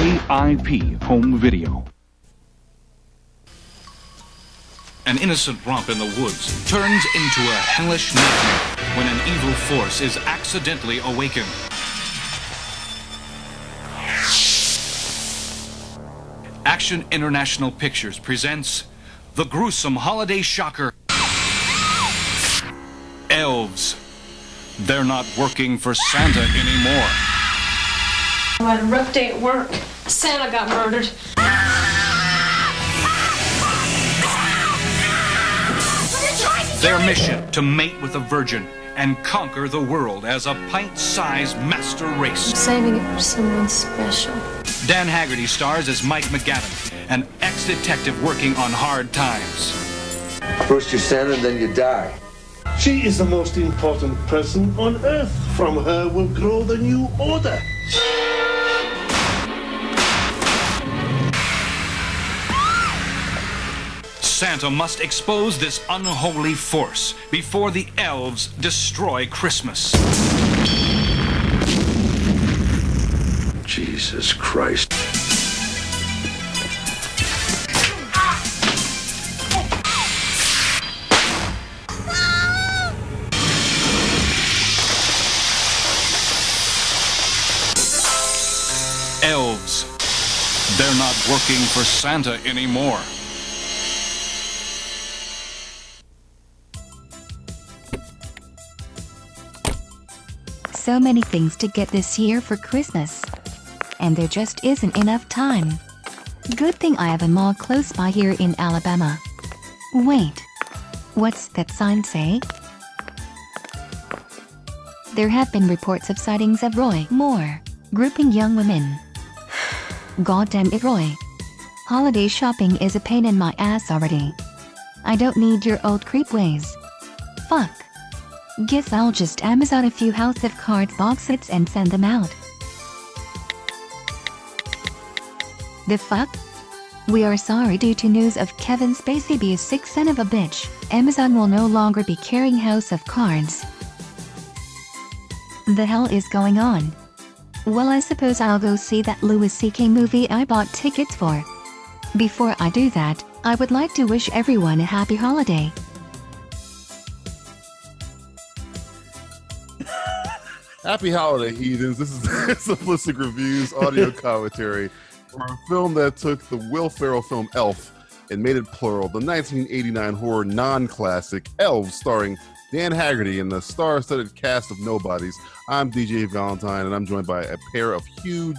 VIP Home Video. An innocent romp in the woods turns into a hellish nightmare when an evil force is accidentally awakened. Action International Pictures presents the gruesome holiday shocker Elves. They're not working for Santa anymore. I had a rough day at work. Santa got murdered. Their mission to mate with a virgin and conquer the world as a pint sized master race. Saving it for someone special. Dan Haggerty stars as Mike McGavin, an ex detective working on hard times. First you're Santa, then you die. She is the most important person on Earth. From her will grow the new order. Santa must expose this unholy force before the elves destroy Christmas. Jesus Christ. Elves. They're not working for Santa anymore. so many things to get this year for Christmas. And there just isn't enough time. Good thing I have a mall close by here in Alabama. Wait. What's that sign say? There have been reports of sightings of Roy Moore, grouping young women. Goddamn it, Roy. Holiday shopping is a pain in my ass already. I don't need your old creep ways. Fuck. Guess I'll just Amazon a few House of Cards box sets and send them out. The fuck? We are sorry due to news of Kevin Spacey being sick son of a bitch, Amazon will no longer be carrying House of Cards. The hell is going on? Well I suppose I'll go see that Louis C.K. movie I bought tickets for. Before I do that, I would like to wish everyone a happy holiday. Happy holiday, heathens. This is Simplistic Reviews audio commentary for a film that took the Will Ferrell film Elf and made it plural, the 1989 horror non classic Elves, starring Dan Haggerty and the star studded cast of Nobodies. I'm DJ Valentine, and I'm joined by a pair of huge,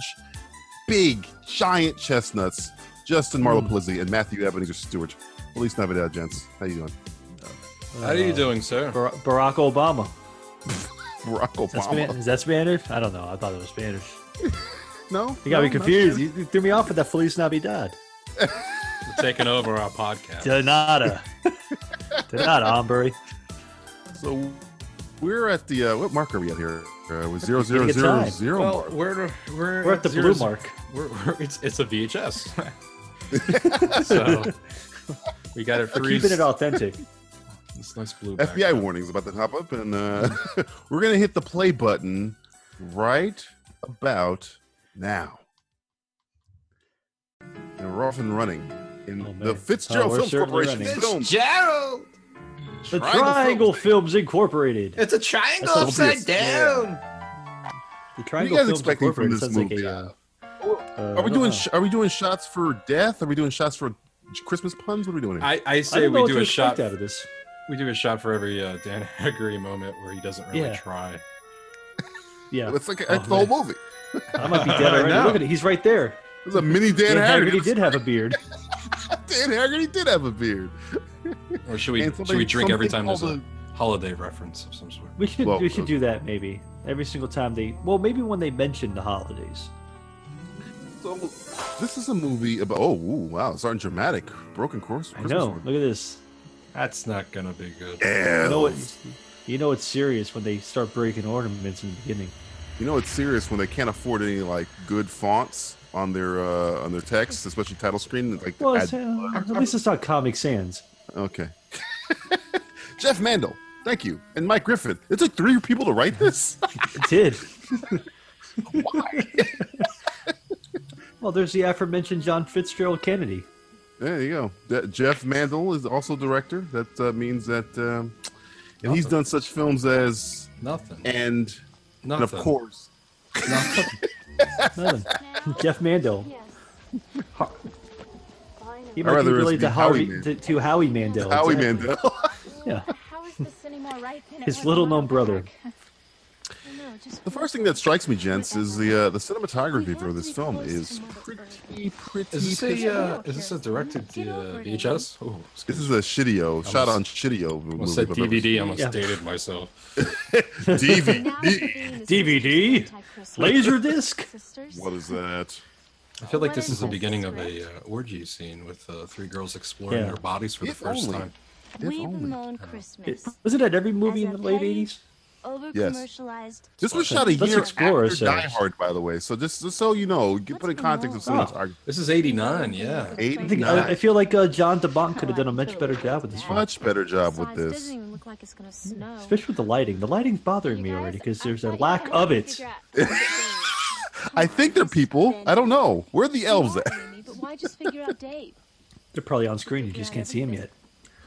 big, giant chestnuts, Justin Hmm. Marlowe Plizzi and Matthew Ebenezer Stewart. Feliz Navidad, gents. How you doing? How are you doing, sir? Bar- Barack Obama. Barack That's Obama. Span- is that Spanish? I don't know. I thought it was Spanish. no? You got no, me not confused. You, you threw me off with that Feliz Navidad. You're taking over our podcast. De nada. De nada, hombre. So we're at the uh, what mark are we at here? Uh, with zero zero Pretty good zero time. zero Well, mark. we're we're, We're at the blue zeros- mark. We're, we're, it's it's a VHS. so we got it We're free. keeping it authentic. This nice blue. FBI warnings about to hop up, and uh, we're gonna hit the play button right about now. And we're off and running in Oh, the man. Fitzgerald Oh, we're Films certainly Corporation running. film. Gerald, The Triangle Triangle Films. Films Incorporated. it's a triangle That's upside obvious. down. The What are Triangle you guys Films expecting from Incorporated this sounds like movie? a. Uh, uh, I are we don't know. doing sh- Are we doing shots for death? Are we doing shots for Christmas puns? What are we doing? Here? I, I I say don't know we what do to a expect shot. out of this. We do a shot for every uh, Dan Haggerty moment where he doesn't really Yeah. try. Yeah, it's like Oh, it's the whole man. movie. I might be I dead already. know. Look at it. He's right there. It's a mini Dan Dan, Haggerty Haggerty. did have a beard. Dan Haggerty did have a beard. Or should we? And should somebody- we drink every time something there's called a holiday reference of some sort? We should Well, we should uh, do that maybe every single time they. Well, maybe when they mention the holidays. So this is a movie about. Oh, ooh, wow! It's starting dramatic. Broken course. I Christmas know. movie. Look at this. That's not gonna be good. You know Elves. it's you know it's serious when they start breaking ornaments in the beginning. You know it's serious when they can't afford any like good fonts on their uh on their text, especially title screen. Like Well, add- it's, uh, at least it's not Comic Sans. okay. Jeff Mandel, thank you, and Mike Griffin. It took three people to write this. It did. Why? Well, there's the aforementioned John Fitzgerald Kennedy. There you go. That- Jeff Mandel is also director. That uh, means that um, and he's done such films as Nothing. and and Nothing. of course Nothing. Nothing. Jeff Mandel. He Or might be rather it's related to the Howie Howie, Man- to, to Howie Mandel. Howie exactly. Mandel. Yeah. How is this any more right than it His was little a known mile brother. back? I know, just The first thing that strikes me, gents, is the uh, the cinematography for this film is pretty pretty. Is this pitchy. a, uh, is this a directed to, uh, VHS? Oh, This is a shitio shot on shitio I almost movie. said if I've ever DVD. I almost Yeah. dated myself. seen it. DVD. DVD? Laser disc. What is that? I feel like this is the Yes, beginning of a uh, correct. orgy scene with uh, three girls exploring Yeah. their bodies for the If first only. time. We've only. known Christmas. It- wasn't that every movie in As a the late petty- 80s? Over Yes. commercialized. This was shot a Let's year explore after Die ourselves. Hard, by the way. So just, just so you know, get What's put in going on? context of Oh. cinematography. This is '89. Yeah. Eight- I, think, Nah. I, I feel like uh, John DeBont could have done a much better job with this one, Mm, Much better job with Besides, this. doesn't look like it's gonna snow. especially with the lighting. The lighting's bothering You me guys, already because I there's a thought you lack guys of could it. figure out how to date. I think they're people. I don't know. Where are the elves at? Maybe, But why just figure out date? They're probably on screen. You just can't see them yet.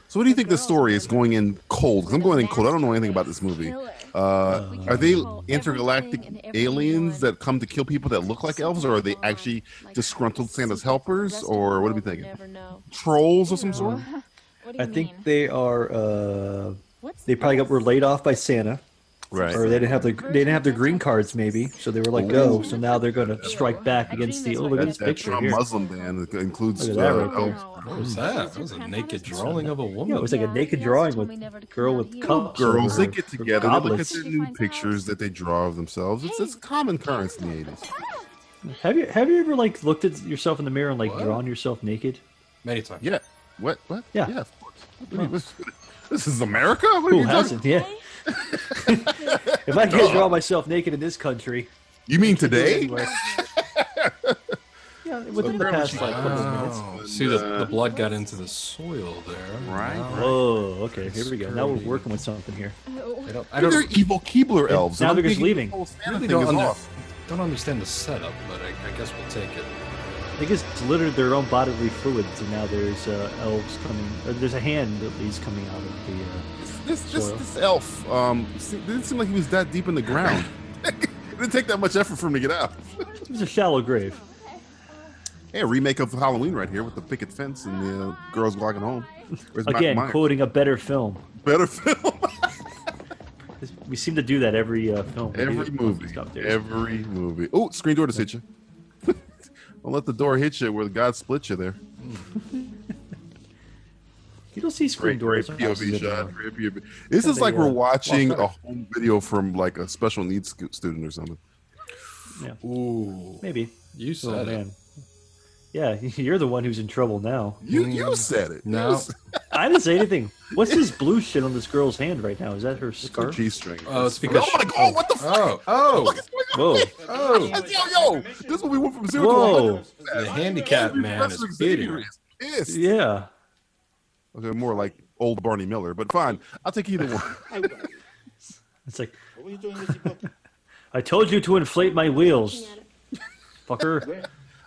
So what do you think the story is going in cold? 'Cause I'm going in cold. I don't know anything about this movie. Uh, are they Um, intergalactic aliens that come to kill people that look like elves, or are they actually disgruntled Santa's helpers, or what are we thinking? Trolls of some sort? What do you I think mean? they are. Uh, What's they probably got, this? were laid off by Santa, or Right. they didn't have the they didn't have their green cards, maybe. So they were let go. So now they're going to strike back against the. Oh, look at That, this that picture Trump here. Muslim band that includes Look at that uh, right elves. What was that? That was a naked drawing of a Yeah, woman. it was like a Yeah, naked he also drawing told me with never to come girl out with here. cups. Girls, they over get her together, they look at goblets. their new pictures that they draw of themselves. It's, it's common currency in the 80s. Have you have you ever like looked at yourself in the mirror and like drawn yourself naked? Many times. Yeah. What? What? Yeah. Yeah, of course. What do you- This is America? What are Who you talking hasn't? Yeah. if I can't draw myself naked in this country, You mean today? anywhere. yeah, within the apparently past she- like. couple of minutes. Wow. See, the, the blood got into the soil there. Right, Wow. Whoa. Okay. Here we go. Now we're working with something here. I don't, I Maybe don't, they're evil Keebler elves. now and I'm they're just thinking leaving. the whole Santa really thing don't, is under, off. don't understand the setup, but I, I guess we'll take it. They just littered their own bodily fluids, and now there's uh, elves coming. Or there's a hand at least coming out of the. Uh, This, this, Soil. this elf um, se- didn't seem like he was that deep in the ground. it didn't take that much effort for him to get out. it was a shallow grave. Hey, a remake of Halloween right here with the picket fence and the uh, girls walking home. Where's Michael Again, Myers? quoting a better film. Better film. This- We seem to do that every uh, film. We do Every it. movie. Stop there. Every movie. Oh, screen door just hit you. Don't let the door hit you where God split you there. you don't see screen Great, great doors. on POV houses shot. anymore. Great POV. This is they, like we're uh, watching a home video from like a special needs scu- student or something. Ooh. Maybe. You said Oh it. man. Yeah, you're the one who's in trouble now. You Mm. you said it. No. You said- I didn't say anything. What's this blue shit on this girl's hand right now? Is that her It's a scarf? G string. Oh, it's because- Oh my god! What the fuck? Oh, oh, Whoa. oh. Yo, yo! This is what we went from zero to Whoa. The handicap man is bidding. pissed. Yeah. Okay, more like old Barney Miller, but fine. I'll take either one. It's like, What are you doing with your book? I told you to inflate my wheels. Fucker.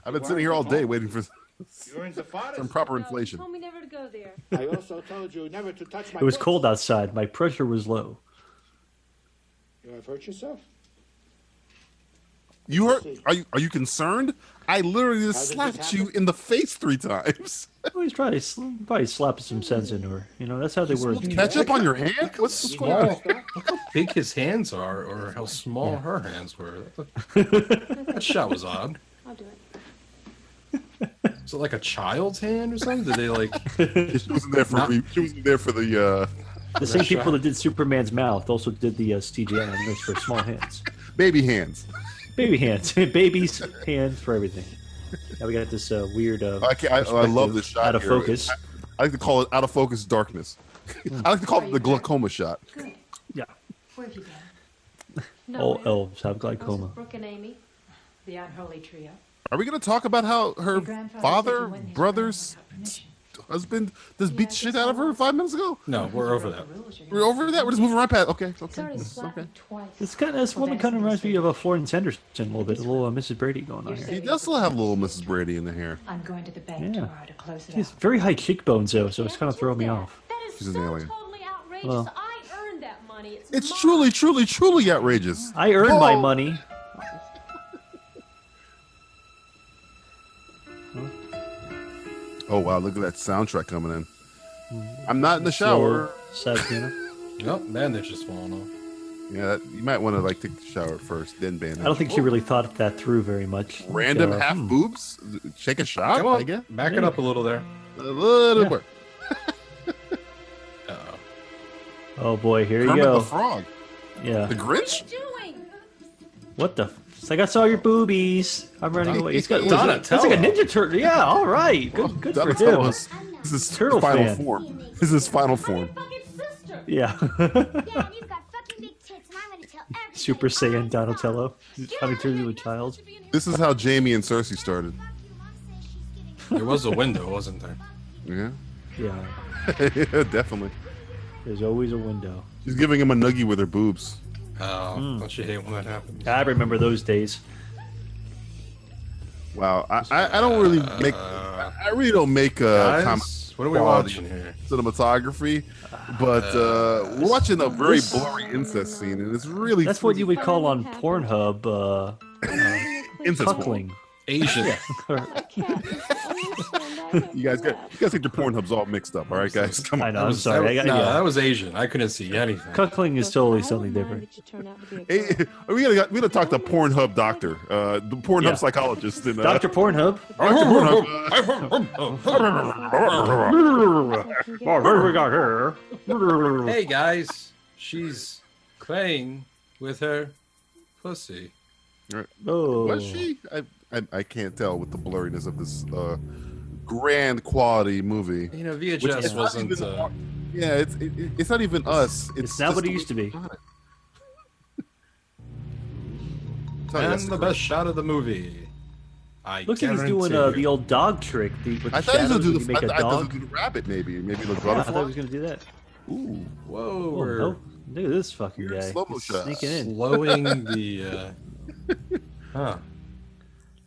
I've been sitting here all day waiting for You're in the some forest. proper inflation. told me never to go there. I also told you never to touch my It was book. cold outside. My pressure was low. You have hurt yourself. You hurt? Are you are you concerned? I literally just How did this slapped you in the face three times. Well, he's probably, probably slapping some sense into her. You know, that's how they were. Ketchup on your hand? What's what's going on? Small. Look how big his hands are, or how small her hands were. That shot was odd. I'll do it. Is it like a child's hand or something? Did they like? She wasn't there for Not- re- she wasn't there for the uh, The same That's people right. that did Superman's mouth also did the uh, CGI on this for small hands. baby hands. Baby hands. Baby's hands for everything. Now we got this uh, weird. Uh, I, can't, I, I love this shot. Out of here. focus. Hmm. I like to call it out of focus darkness. I like to call it the glaucoma shot. Yeah. Where have you been? All elves have glaucoma. Brooke and Amy, the unholy trio. Are we going to talk about how her father, brothers, husband just beat the shit out of her five minutes ago? No, we're over that. We're over that. We're just moving right past. Okay, it's It's okay. already It's slapped okay. me twice. This kind of this woman kind of reminds me of a Florence Henderson a little bit, a little uh, Mrs. Brady going on He here. does still have little Mrs. Brady in the hair. Uh, I'm going to the bank Yeah. tomorrow to close it She's up. very high cheekbones though, so it's kind of throwing me off. That is She's an so alien. totally outrageous. Well. I earned that money. It's, It's mine. truly, truly, truly outrageous. Oh. I earned my Whoa! money. Oh wow, look at that soundtrack coming in. I'm not in the shower. Sad piano. Nope, bandage is falling off. Yeah, that, you might want to like take the shower first, then bandage. I don't think she really thought that through very much. Like, random uh, half hmm. boobs. Shake a shot. Come I guess. on, back it up a little there. A little Yeah. more. Uh-oh. Oh boy, here you Kermit the go. Frog, Yeah. the Grinch. Doing. What the? F- it's like I saw your boobies. I'm running away. He's got Donatello. Donna. That's like a ninja turtle. Yeah. All right. Good. Good for him. Donatello's- This is his Turtle final fan. form. This is his final form. Fucking sister. Yeah, Yeah. and you've got fucking big tits, and I'm gonna tell everybody. Super Saiyan Donatello. He's trying to turn into a child. This is how Jamie and Cersei started. There was a window, wasn't there? Yeah, Yeah. definitely. There's always a window. She's giving him a nuggie with her boobs. Oh, don't you hate when that happens? I remember those days. Wow, I, I, I don't really make I I really don't make uh, Guys, com- what are we quality watching here? cinematography, but uh, we're watching a very blurry incest scene, and it's really That's what you would call on Pornhub uh, incest porn. cuckling. Asian. You guys got you guys get your Pornhubs all mixed up. All right, guys, come I on. know. I'm sorry. I That, got, no, yeah. that was Asian. I couldn't see anything. Cuckling is totally something different. Hey, we gotta we gotta talk to Pornhub doctor, uh, the Pornhub Yeah. psychologist, and uh, Doctor Pornhub. Dr. Pornhub. we got her. hey guys, she's playing with her pussy. Oh. Was she? I, I I can't tell with the blurriness of this uh, grand quality movie. You know, Which is VHS not wasn't. even Uh, our- yeah, it's it, it- it's not even us. It's, It's not just what the it used to way- be. I'm telling you, and that's the great. best shot of the movie. I Looks like he's guarantee doing uh, you. the old dog trick. The, with I the thought he was shadows gonna do when you the, make a I, thought he was dog. gonna do the rabbit, maybe, maybe Yeah, the I thought he butterfly. was going to do that. Ooh, Whoa, Oh, we're no. Look at this fucking Weird guy. slow-mo He's shot. sneaking in. slowing the. Uh, huh. No,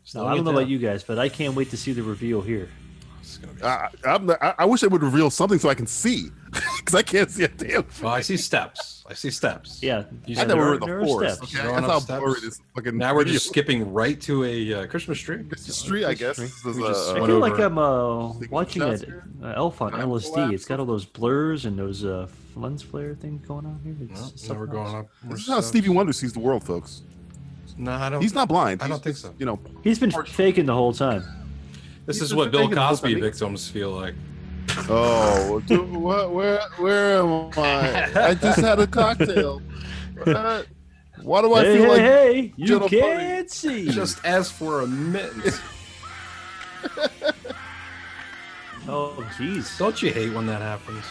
Slowing I it don't know down. about you guys, but I can't wait to see the reveal here. It's gonna be- I, I, I'm not- I, I wish they would reveal something so I can see, because I can't see a damn. Well, I see steps. I see steps. Yeah. You I said thought there we were are in the no forest. steps. Okay, Going that's up how steps. blurry this fucking. Now we're just video- skipping right to a uh, Christmas tree. It's the street, I guess. This is, We just uh, I went feel over like it. I'm uh, Taking watching shots it. here. Uh, Elf on Time LSD. lapse. It's got all those blurs and those uh, f- lens flare things going on here. It's No, now something we're going else. up. more This is how steps. Stevie Wonder sees the world, folks. No, I don't. He's not blind. I He's don't think just, so. You know, He's been faking the whole time. This He's is just what Bill thinking about Cosby me. victims feel like. Oh, do, what, where where am I? I just had a cocktail. Uh, why do I hey, feel hey, like hey, you Jennifer Lawrence. can't see. Just ask for a mittens. Oh, jeez. Don't you hate when that happens?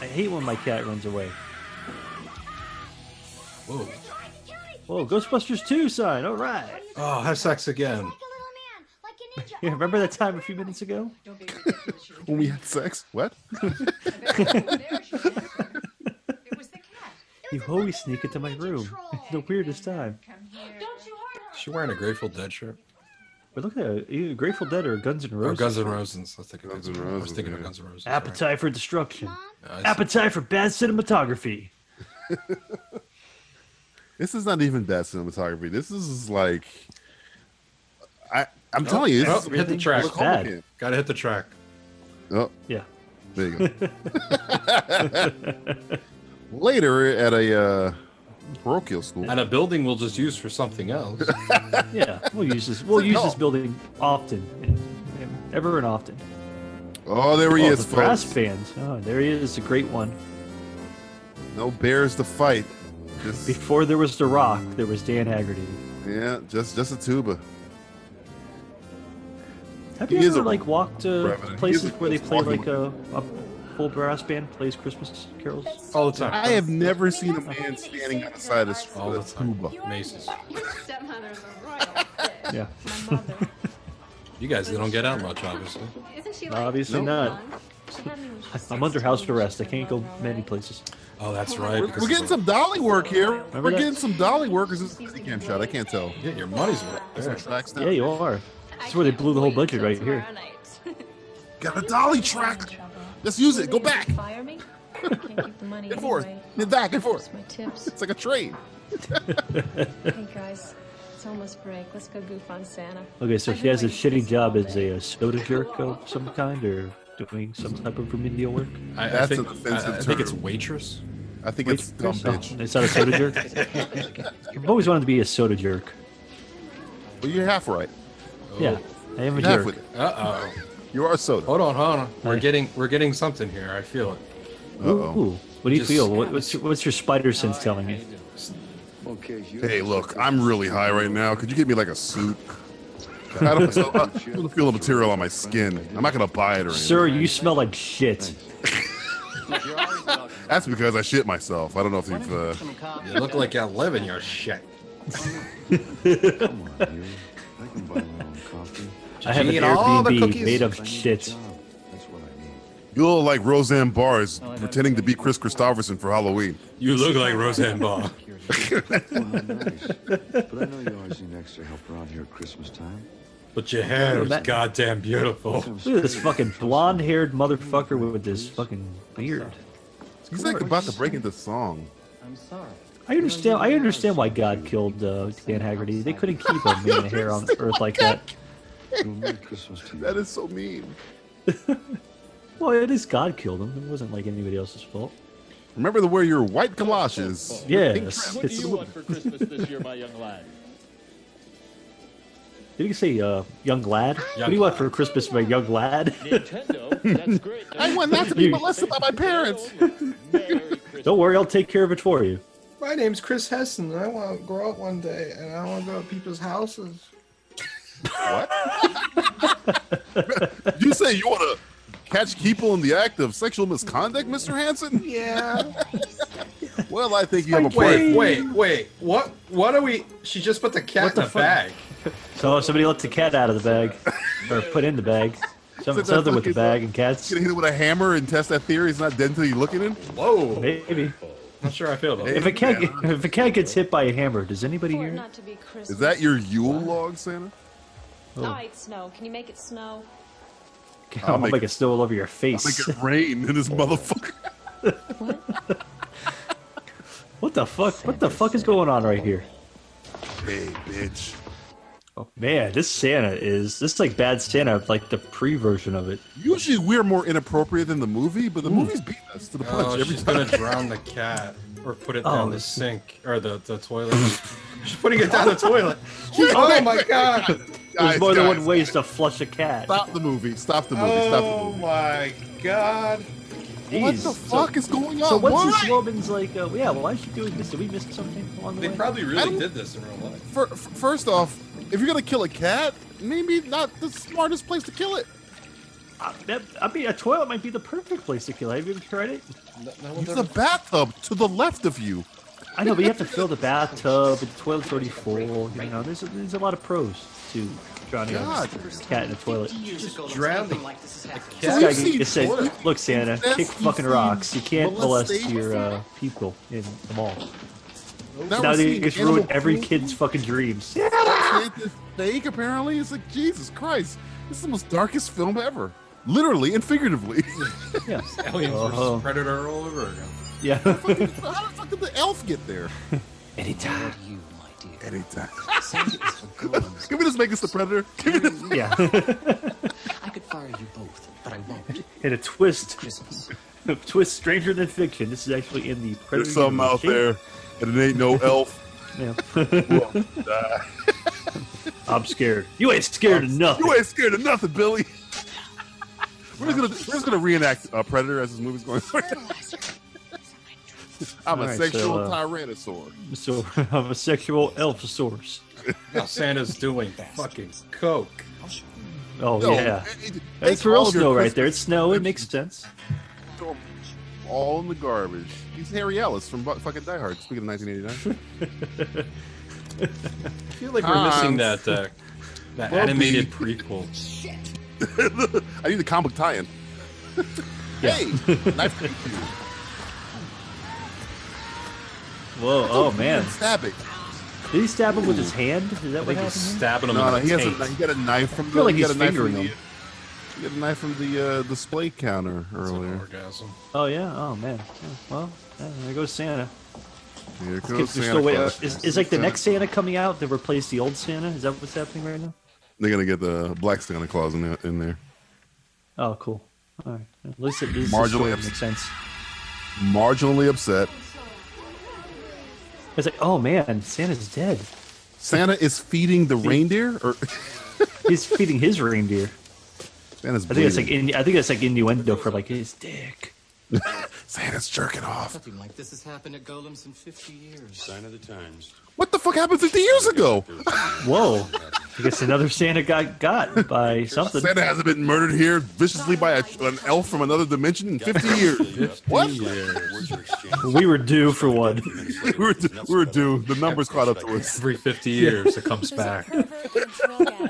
I hate when my cat runs away. Whoa. Whoa, Ghostbusters 2 sign. All right. Oh, have sex again. Yeah, remember that time a few minutes ago? when we had sex? What? You always sneak into my room. It's the weirdest time. Don't you hurt her. Is she wearing a Grateful Dead shirt? But look at that. Either Grateful Dead or Guns N' Or Roses. Guns N' Roses. I think of Guns Guns N' Roses. N' I was Roses, thinking yeah. of Guns N' Roses. sorry. Appetite for destruction. Uh, it's- Appetite for bad cinematography. This is not even bad cinematography. This is like, I I'm telling you, oh, this is hit the track. Look Bad. home Gotta hit the track. again. Oh, Yeah. there you go. Later at a uh, parochial school. And a building we'll just use for something else. Yeah. We'll use this. We'll use this building often. Ever and often. Oh, there he oh, is, the brass folks. bands. Oh, there he is. A great one. No bears to fight. Just, Before there was The Rock, there was Dan Haggerty. yeah, just just a tuba. Have He you is ever a like walked to revenant. He places is a where they play walking like a, a full brass band plays Christmas carols? All the time. I have never seen a man standing on the side of the street All the with a tuba. time. Maces. Your stepmother's a royal. Yeah. My mother. You guys, they don't get out much, obviously. Isn't she Obviously No. not. I'm under house arrest. I can't go many places. Oh, that's right. We're, because we're getting it's a- some dolly work here. we're that? getting some dolly work. Is this a cam shot? I can't tell. Yeah, your money's worth. Some There. tracks now. Yeah, you are. That's where they blew the whole budget right here. Got a dolly track. Let's use it. Go back Fire me? Can't keep the money and forth. anyway. And back and forth. My tips. It's like a trade. Hey guys, it's almost break. Let's go goof on Santa. Okay, so she has a shitty job as a, uh soda jerk of some kind, or doing some type of remedial work. I, That's I think, an offensive I, I think it's term. waitress. I think it's dumb Oh, bitch. it's not a soda jerk. I've always wanted to be a soda jerk. Well, you're half right. Yeah, I am a You're half jerk. with it. Uh oh. You are soda. Hold on, hold on. We're getting we're getting something here. I feel it. Uh-oh. Ooh, what do you Just- feel? What, what's your- what's your spider sense telling you? Okay, you. Hey, look, I'm really high right now. Could you get me like a suit? I don't, so, I don't feel the material on my skin. I'm not gonna buy it or anything. Sir, you smell like shit. That's because I shit myself. I don't know if you've. Uh, You look like you're living your shit. Come on, you. I can buy my own coffee. I have an Eat all the Airbnb cookies. made I of need a shit. job. That's what I need. you look like Roseanne Barr is pretending to be Chris Christopherson for Halloween. You look like Roseanne Barr. Well, nice. But I know you always need extra help around here at Christmas time. But your hair is That- goddamn beautiful. Come Look at this straight. fucking blonde-haired motherfucker with this fucking beard. He's like about to break into song. I understand. I understand why God killed uh, Dan Haggerty. They couldn't keep a man of hair on Earth like that. Well, Merry Christmas to you. That is so mean. Well, it is God killed him. It wasn't like anybody else's fault. Remember to wear your white galoshes. Yes. It's, for Christmas this year, my young lad? did you say uh, young lad? what Young do you want lad. for Christmas, my young lad? Nintendo? That's great. I want not to be molested by my parents. Don't worry, I'll take care of it for you. My name's Chris Heston, and I want to grow up one day, and I want to go to people's houses. You say you want to catch people in the act of sexual misconduct, Mr. Hanson? Yeah. Well, I think you have a point. Wait, wait, wait. What? What are we? She just put the cat in the bag. So somebody let the cat out of the bag, or put in the bag. Some, It's something a with the fucking- bag and cats. Gonna hit it with a hammer and test that theory. It's not dentally looking in. Whoa. Maybe. Not sure I feel about Hey. it. If a cat get- if a cat gets hit by a hammer, does anybody For it hear? not to be Christmas. Is that your Yule log, Santa? Oh. All right, snow. Can you make it snow? I'll make make it snow all over your Make face. it rain in this motherfucker. What the fuck? What the fuck is going on right here? Hey, bitch. Man, this Santa is this is like bad Santa, like the pre version of it. Usually we're more inappropriate than the movie, but the movie's beating us to the punch Oh, every she's time. gonna drown the cat or put it down Oh. the sink or the, the toilet. she's putting it down the toilet. oh my god. Guys, There's more than guys, one ways to flush a cat. Stop the movie. Stop the movie. Stop the movie. my god. What Jeez. So- the fuck is going on? So what's Why? this woman's like? Uh, yeah, why is she doing this? Did we miss something along the They way? probably I don't- really did this in real life. Fir- f- First off, if you're gonna kill a cat, maybe not the smartest place to kill it. I, Uh, that, I mean, a toilet might be the perfect place to kill. it. Have you ever tried it? No, no one's There's ever- a bathtub to the left of you. I know, but you have to fill the bathtub. The toilet's already full. You know, there's a, there's a lot of pros to drowning a God. cat in a toilet. drown the This We've guy cat. seen just said, toilet "Look, Santa, incest, kick we've fucking seen rocks. You can't molest molestation." your uh, people in the mall." Now Now we're they seeing just animal ruined every cruelty. kid's fucking dreams. Create this Fake, apparently. It's like, Jesus Christ. This is the most darkest film ever. Literally and figuratively. Yeah, Aliens Uh-huh. versus Predator all over again. yeah. How the fuck did the elf get there? Anytime. Anytime. Can we just make us the predator? Can we just- Yeah. I could fire you both, but I won't. In a twist, a twist stranger than fiction. This is actually in the Predator. There's some out there, and it ain't no elf. Yeah. Well, die. I'm scared. You ain't scared of nothing. You ain't scared of nothing, Billy. We're just gonna we're just gonna reenact uh, Predator as this movie's going. I'm a All right, so, sexual uh, tyrannosaur. So I'm a sexual elf source. Now Santa's doing fucking coke. Oh No, yeah. it- it- That's take all real of your snow right Christmas there. It's snow. It makes sense. Throw 'em all in the garbage. He's Harry Ellis from bu- fucking Die Hard. Speaking of 1989, I feel like we're missing that uh, that Well, animated the- prequel. I need the comic tie-in. hey, knife to you. Whoa! Oh man! Stab it. Did he stab him with his hand? Is that what think happened? he's here? stabbing him No, no, in he the has a, taint. he got a knife from I the feel like he got he's a knife from fingering the, him. he got a knife from the uh, display counter It's an earlier. orgasm. Oh yeah. Oh man. Yeah, Well, yeah, there goes Santa. Here comes Kids are Santa still waiting. Claus. uh, Is, is like the next Santa coming out to replace the old Santa? Is that what's happening right now? They're gonna get the black Santa Claus in there. In there. Oh, cool. All right. At least it this Marginally story upset. makes sense. Marginally upset. It's like, oh man, Santa's dead. Santa is feeding the reindeer, or He's feeding his reindeer. Santa's. I think it's like bleeding. in, I think it's like innuendo for like his dick. Santa's jerking off. Nothing like this has happened at Golems in 50 years. Sign of the times. What the fuck happened 50 years ago? Whoa! I guess another Santa got got by something. Santa hasn't been murdered here viciously by a, an elf from another dimension in 50 years. what? Words are exchanged. We were due for one. we were, d- we were due. The numbers caught up to us. Every 50 years, it comes back.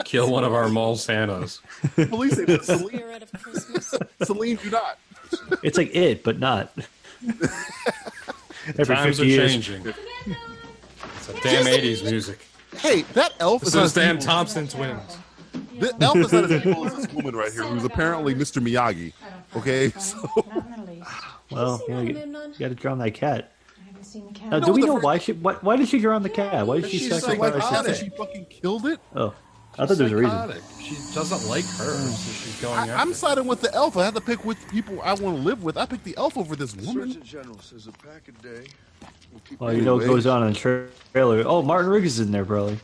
Kill one of our mole Santas. Police say, Celine, Spirit of Christmas. Celine, do not. It's like it, but not. Every Times are fifty years. changing. It's a damn 80s music. Hey, that elf is This not is as damn evil. Thompson twins. The elf is not as evil as this woman right here, who's apparently Mr. Miyagi. Okay, so Well, you, know, Oh, you, got to drown that cat. haven't seen the Now, cat. do we know why she? Why, why did she drown the cat? Why did she she's sacrifice psychotic. it? She fucking killed it. Oh, I thought there was a reason. Psychotic. She doesn't like her, so she's going I, after I'm siding with the elf. I had to pick which people I want to live with. I picked the elf over this woman. Surgeon General says a pack a day. will keep Well, you know what Anyway. goes on in the tra- trailer. Oh, Martin Riggs is in there, Broly.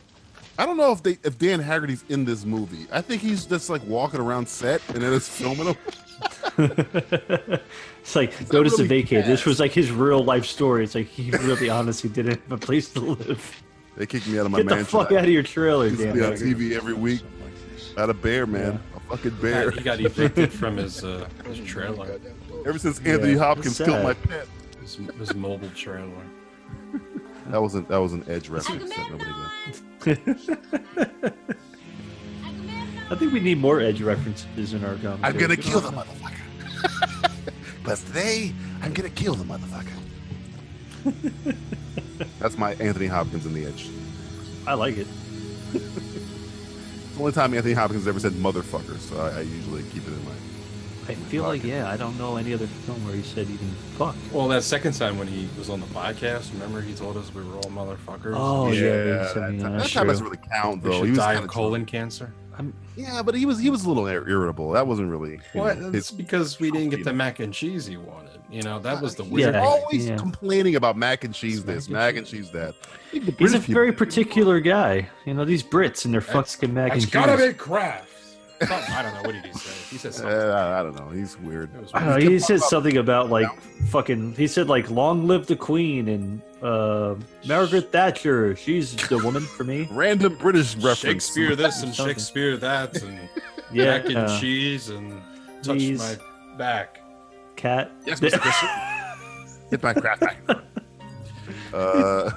I don't know if they if Dan Haggerty's in this movie. I think he's just like walking around set and then it's filming him. It's like notice to really vacate. This fast. was like his real life story. It's like he really honestly didn't have a place to live. They kicked me out of my Get the mansion. fuck out of your trailer, Used to damn be on it. TV every week. Not a bear, man. A fucking her. bear. He got evicted from his, uh, his trailer, Ever since Anthony Yeah, Hopkins that's killed sad. my pet. his, his mobile trailer. That was an that was an edge reference that nobody got. I think we need more Edge references in our commentary. I'm gonna kill the motherfucker. but today, I'm gonna kill the motherfucker. That's my Anthony Hopkins in the Edge. I like it. It's the only time Anthony Hopkins ever said motherfucker, so I, I usually keep it in mind. I feel like yeah. I don't know any other film where he said even fuck. Well, that second time when he was on the podcast, remember he told us we were all motherfuckers? Oh yeah, that, I mean, that that's time true. doesn't really count We though. should He was die kind of colon cancer. Yeah, but he was he was a little ir- irritable. That wasn't really. you What? know, It's his- because we didn't get the mac and cheese he wanted. You know, that was the He's weird. Yeah. thing. always yeah. complaining about mac and cheese this, mac and cheese that. I think the He's a British very people- particular guy. You know these Brits and their fucking mac and It's cheese. gotta be craft. Something- I don't know what did he say. He said something. Uh, I- I don't know. He's weird. It was I don't know, he said something about like fucking. He said like "Long live the Queen" and uh, Margaret Thatcher. She's the woman for me. Random British reference. Shakespeare this and Something. Shakespeare that and Yeah, mac and uh, cheese and touch these- my back. Cat. Yes, Mr. Bishop. Hit my craft back. Uh,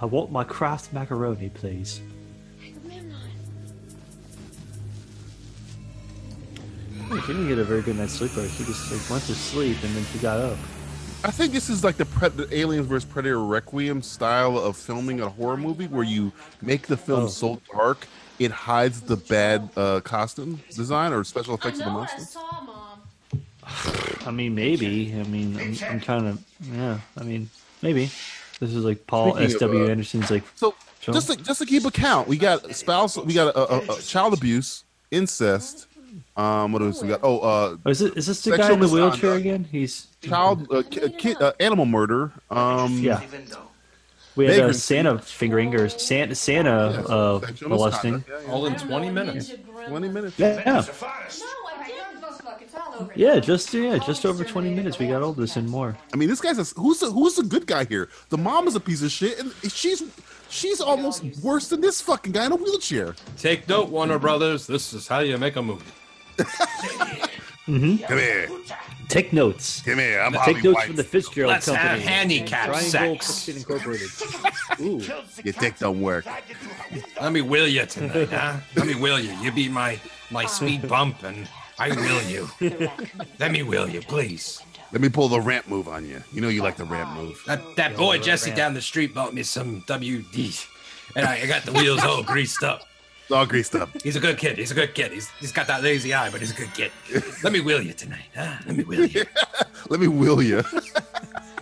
I want my Kraft macaroni, please. Hey, She didn't get a very good night's sleep. Or she just like, went to sleep and then she got up. I think this is like the, pre- the Aliens vs Predator Requiem style of filming a horror movie where you make the film Oh. so dark it hides the bad uh, costume design or special I effects of the know what I monsters. saw, Mom. I mean, maybe. I mean, I'm, I'm trying to. Yeah. I mean, maybe. This is like Paul Speaking of, S. W. uh, Anderson's like. So Sure. just to, just to keep account, we got spouse, we got a, a, a child abuse, incest. Um, what else we got? Oh, uh, Oh, is, it, is this the Sexual guy in the wheelchair misconduct. again? He's child, uh, ki- uh, kid, uh, animal murder. Um, yeah. We had uh, Vagrancy. Santa fingering or Santa Santa yes, uh, sexual molesting. misconduct, yeah, yeah. All in 20 minutes. Twenty minutes. Yeah, yeah, No, I didn't. Those buckets all over. yeah. Just yeah, just over twenty minutes. We got all this and more. I mean, this guy's a, who's the, who's the good guy here? The mom is a piece of shit, and she's she's almost worse than this fucking guy in a wheelchair. Take note, Warner Brothers. This is how you make a movie. Come here, Take notes. come here. I'm Take notes from the Fitzgerald Let's Company. have handicap Triangle sex. Cricket Incorporated. Ooh, Your dick don't work. Let me will you tonight, huh? Let me will you. You be my my speed bump, and I will you. Let me will you, please. Let me pull the ramp move on you. You know you like the ramp move. That, that boy Jesse down the street bought me some WD, and I, I got the wheels all greased up. All greased up. He's a good kid. He's a good kid. He's, he's got that lazy eye, but he's a good kid. Let me will you tonight. Huh? Let me will you. Let me will you.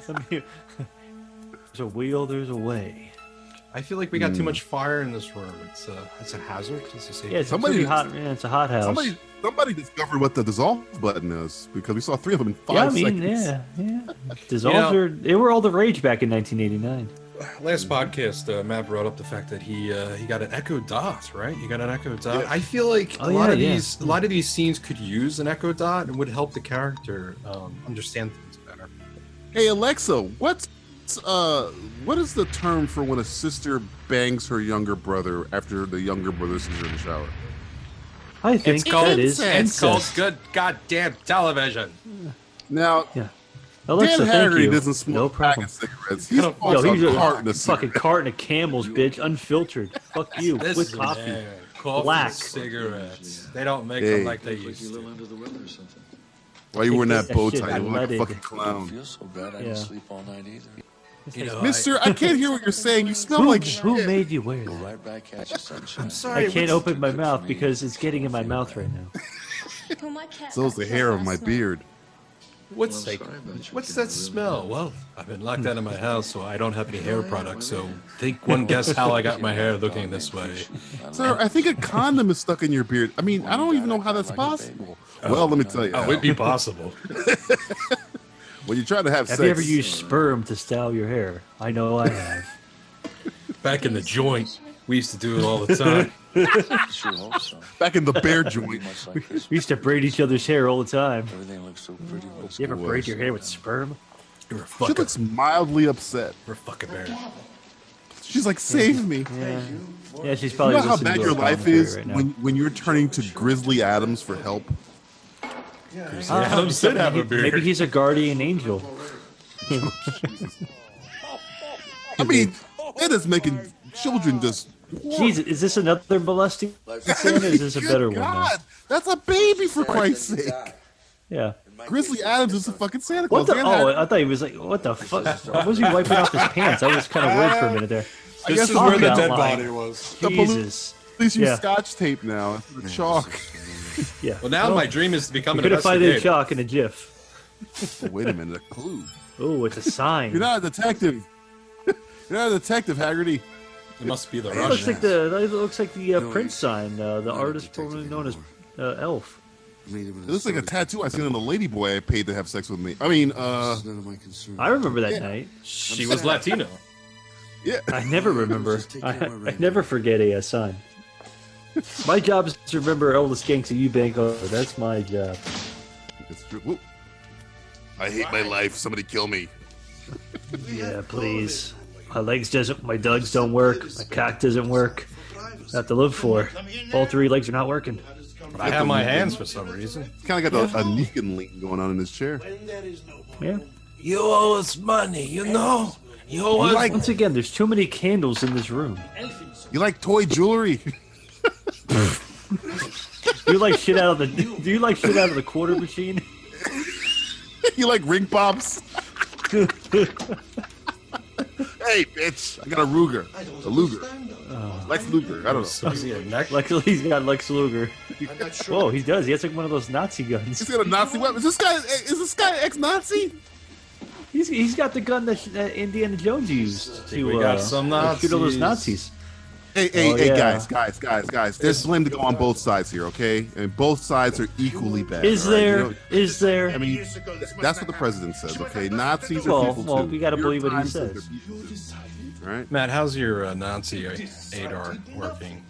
Let me- there's a wheel, there's a way. I feel like we got too Hmm. much fire in this room. It's a, it's a hazard. It's a safety. Yeah, it's Somebody- somebody hot. Yeah, it's a hot house. Somebody, somebody discovered what the dissolve button is because we saw three of them in five yeah, I mean, seconds. yeah, yeah. Dissolves You know- are they were all the rage back in 1989. Last podcast, uh, Matt brought up the fact that he uh, he got an echo dot, right? You got an echo dot. I feel like a Oh, lot yeah, of yeah. these a lot of these scenes could use an echo dot and would help the character um, understand things better. Hey Alexa, what's uh what is the term for when a sister bangs her younger brother after the younger brother sees her in the shower? I think it's called, that is It's called incest. good goddamn television. Now, Alexa, Dan thank Haggerty you. doesn't smoke packet cigarettes. He Yo, smokes he's a a carton of fucking carton of Camels, bitch, unfiltered. Fuck you This with is coffee, bad. Coffee, black. cigarettes. They don't make Hey. them like they used to. Why you wearing that That bow shit tie? got You look like a nutted. fucking clown. feel so bad. I Yeah. didn't sleep all night either. You know, Mister, I can't hear what you're saying. You smell Who, like who shit. made you wear Go that? right back at you, sunshine. I'm I sorry. what's- can't open my mouth because it's getting in my mouth right now. Who my cat So's the hair of my beard. What's Well, I'm sorry about you, what's kid. I that really smell? Well, I've been locked out of my house, so I don't have any hair products. So think one guess how I got my hair looking this way. Sir, I think a condom is stuck in your beard. I mean, I don't even know how that's possible. Well, let me tell you. Oh, it'd be possible. When you try to have Have sex, you ever used sperm to style your hair? I know I have. Back in the joint, we used to do it all the time. Sure hope so. back in the bear joint. Much like Christmas. We used to braid each other's hair all the time. Everything looks so pretty. when it's You ever cool. braid your hair with sperm? You're a She fucker. looks mildly upset. You're a fucking bear. She's like, "Save me." Yeah, yeah she's You probably know how Oh, listening bad to your our life commentary is right now. when when you're turning to Grizzly Adams for help. Uh, Adams did have a beard. Maybe he's a guardian angel. I mean, that is making children just. Jesus, is this another molesting sin, or is this a Good better one? now? God, that's a baby for Christ's sake! Yeah. Grizzly Adams is a fucking Santa Claus. What the? Dan Oh, Hag- I thought he was like, what the fuck? Why was he wiping off his pants? I was kind of worried for a minute there. guess This is I'm where the not dead lying. body was. The balloon- Jesus. at least use yeah. scotch tape now. It's the chalk. Yeah. Well, now my dream is to become I'm an gonna find a investigator. chalk and a GIF. Oh, wait a minute, a clue. Oh, it's a sign. You're not a detective. You're not a detective, Haggerty. It must be the That looks Russian. like the that looks like the uh, No, Prince you- sign, uh, the not a artist detective formerly known as uh, Elf. Made him in It looks like a soda tattoo I seen on the ladyboy I paid to have sex with me. I mean, uh, It's none of my concern. I remember that night. She was Latino. yeah. I never remember. Just take care I, of my I radio. never forget a, uh, sign. My job is to remember all the skanks that you bank over. Oh, That's my job. It's true. Whoop. I hate my life. Somebody kill me. Yeah, please. My legs doesn't. My dugs don't work. My cock doesn't work. Not to live for. All three legs are not working. I have my hands for some reason. Kind of got the, a Negan lean going on in his chair. Yeah. You owe us money, you know? You owe us Once again, there's too many candles in this room. You like toy jewelry? Do you like shit out of the? Do you like shit out of the quarter machine? you like ring pops? hey, bitch! I got a Ruger. A Luger. Oh. Lex Luger. I don't know. Is he a neck? Luckily, he's got Lex Luger. Whoa, he does. He has like one of those Nazi guns. He's got a Nazi weapon. Is this guy? Is this guy ex-Nazi? He's, he's got the gun that uh, Indiana Jones used to we got uh, some shoot all those Nazis. Nazis. Hey, hey, Oh, hey, yeah. guys, guys, guys, guys. There's blame to go on both sides here, okay? And both sides are equally bad. Is all right? You there? Is know- there? I mean, th- that's what the president says, okay? Nazis are Well, people well, too. we gotta New believe York what he Times says says. they're people too, All right? Matt, how's your uh, Nazi ADAR working?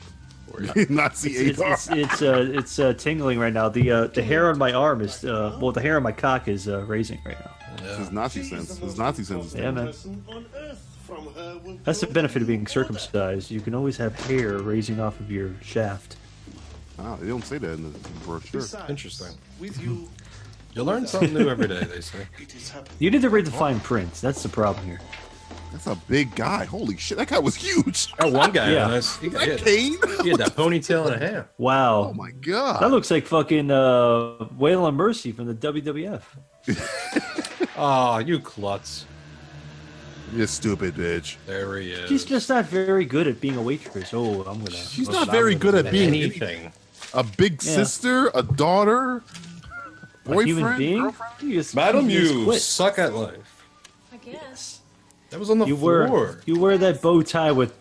Nazi It's ADR. it's it's, uh, it's uh, tingling right now. The uh, the hair on my arm is uh, well, the hair on my cock is uh, raising right now. This is Nazi sense. This is Nazi sense. Yeah, man. Person on earth from her will That's the grow benefit of new being circumcised. You can always have hair raising off of your shaft. Wow, they don't say that in the brochure. Interesting. With you, You learn something new every day, they say. it is happening. You need to read the fine print. That's the problem here. That's a big guy. Holy shit, that guy was huge. Oh, one guy. Yeah. Nice. He, That he had- cane? he had that ponytail and a hair. Wow. Oh my god. That looks like fucking uh, Waylon Mercy from the WWF. Oh, you klutz. You stupid bitch. There he is. She's just not very good at being a waitress. Oh, I'm gonna. She's not very good at being anything. A big Yeah. sister, a daughter, a boyfriend, human being. girlfriend. You just, Madam, you just you quit. suck at life. I guess. That was on the You floor. wear you wear that bow tie with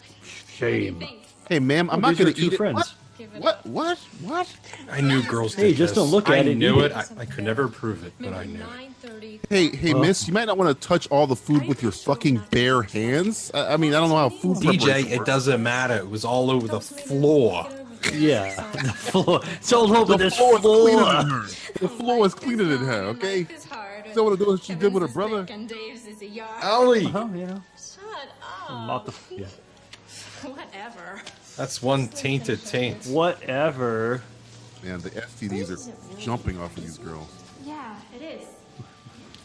shame. Hey, ma'am, I'm Oh, not these are going to two eat it. friends. What? What? What? What? I knew girls did Hey, just this. don't look I at it, knew eat it. it. I, I could never prove it, but I knew it. Hey, hey, Well- miss, you might not want to touch all the food with your fucking bare hands. I, I mean, I don't know how food DJ, preparation it works. doesn't matter. It was all over the floor. Yeah, the floor. It's all over The this floor floor. is cleaner than her. The floor is cleaner than her, okay? She don't want to do what she did with her brother. Ollie! Oh, you know, Shut Oh, up. mop the, yeah. Whatever. That's one tainted taint. Whatever. Man, the STDs are jumping off of these girls. Yeah, it is.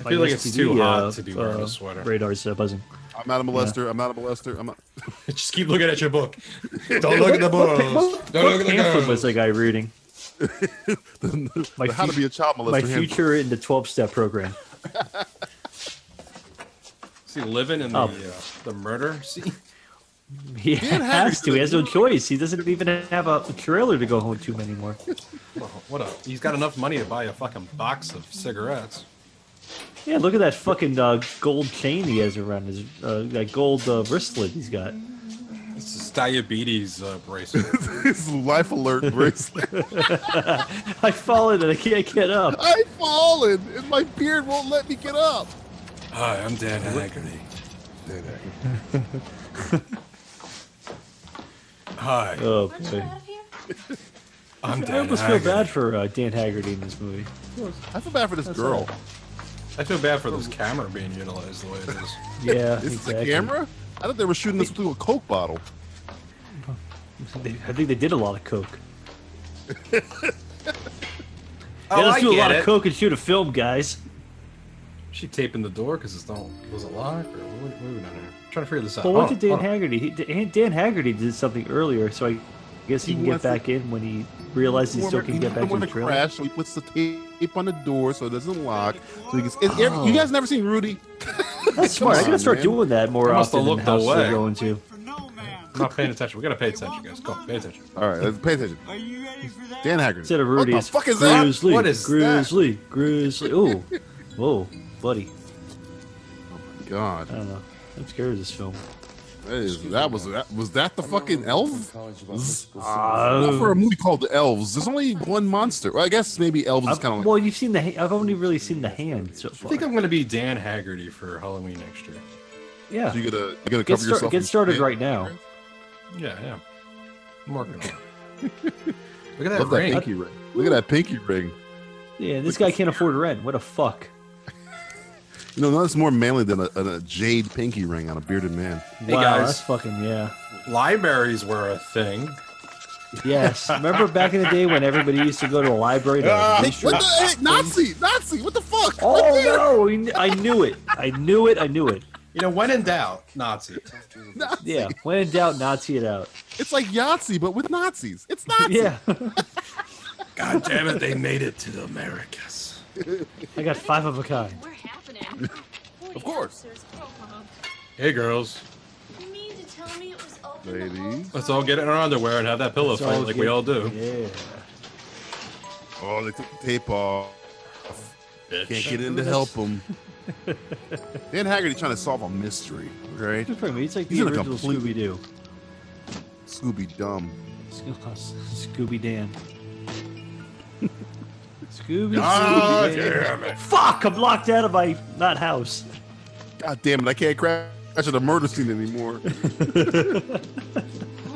I feel like it's too uh, hot to be wearing uh, a sweater. Radar's uh, buzzing. I'm not a molester. I'm not a molester. I'm not. Just keep looking at your book. Don't look at the books. Don't look What at the girls. pamphlet was that guy reading? My how to fu- be a child molester. My handbook. future in the 12-step program. Is he living in the, Oh. uh, the murder scene? He Harry, has to. He like, has no choice. He doesn't even have a trailer to go home to anymore. Well, What a, he's got enough money to buy a fucking box of cigarettes. Yeah, look at that fucking uh, gold chain he has around his uh, that gold uh, wristlet he's got. It's just diabetes uh, bracelet. It's life alert bracelet. I fallen and I can't get up. I've fallen, and my beard won't let me get up. Hi, I'm Dan Haggerty. Hi, Oh Aren't you boy. out of here? I'm Dan I almost feel Haggerty. bad for uh, Dan Haggerty in this movie. I feel bad for this girl. I feel bad for this camera being utilized the way it is. Yeah, This exactly. is a camera? I thought they were shooting this through a Coke bottle. They, I think they did a lot of coke. Oh, yeah, let's I do a get lot it. of coke and shoot a film, guys. She taping the door because it's not was it locked or what, what are we doing here? I'm trying to figure this out. Well, what Hold did Dan on, hold Haggerty? He, Dan Dan Haggerty did something earlier, so I guess he, He can get wants to- back in when he realizes he still Woman- can get back in woman the trailer. crash, so he puts the tape on the door so it doesn't lock. So he gets, is Oh. every- you guys never seen Rudy? That's smart. I on, gotta start man. doing that more I must have often. in looked houses I away. go into. on. I'm not paying attention. We gotta pay attention, guys. Go on, pay attention. All right, let's pay attention. Are you ready for that? Dan Haggerty. Instead of Rudy, what it's the fuck is that? Grizzly, What is that? Grizzly, Grizzly. Ooh, whoa, buddy. I God, don't know. I'm scared of this film. that, is, that was that was that the fucking elf? Ah. Not for a Uh, movie called The Elves. There's only one monster. Well, I guess maybe elves is kind of like. well, you've seen the. ha- I've only really seen the hand so I far. think I'm gonna be Dan Haggerty for Halloween next year. Yeah. So you gotta you gotta cover Get, start- yourself. get in started shit. right now. Yeah, yeah. I'm working on it. Look at that Love that ring. pinky ring. Look at that pinky ring. Yeah, this guy can't afford rent. What a fuck. You know, nothing's more manly than a, than a jade pinky ring on a bearded man. Hey, wow, guys. that's fucking yeah. Libraries were a thing. Yes. Remember back in the day when everybody used to go to the library to what the hey, Nazi? Nazi? What the fuck? Oh Right there. no! we kn- I knew it. I knew it. I knew it. You know, when in doubt, Nazi. Yeah. When in doubt, Nazi it out. It's like Yahtzee, but with Nazis. It's Nazi. Yeah. God damn it, they made it to the Americas. I got five of a kind. We're happening. Of course. Hey, girls. Oh, You mean to tell me it was open the whole Ladies. Let's all get in our underwear and have that pillow Let's fight all like get- we all do. Yeah. Oh, they took the tape off. Can't get in to help them. Dan Haggerty trying to solve a mystery, right? Good for me. It's like He's the in a original complete- Scooby Doo. Scooby dumb. Scooby Dan. Scooby Ah, Scooby Dan. Fuck! I'm locked out of my not house. God damn it! I can't crash at a murder scene anymore.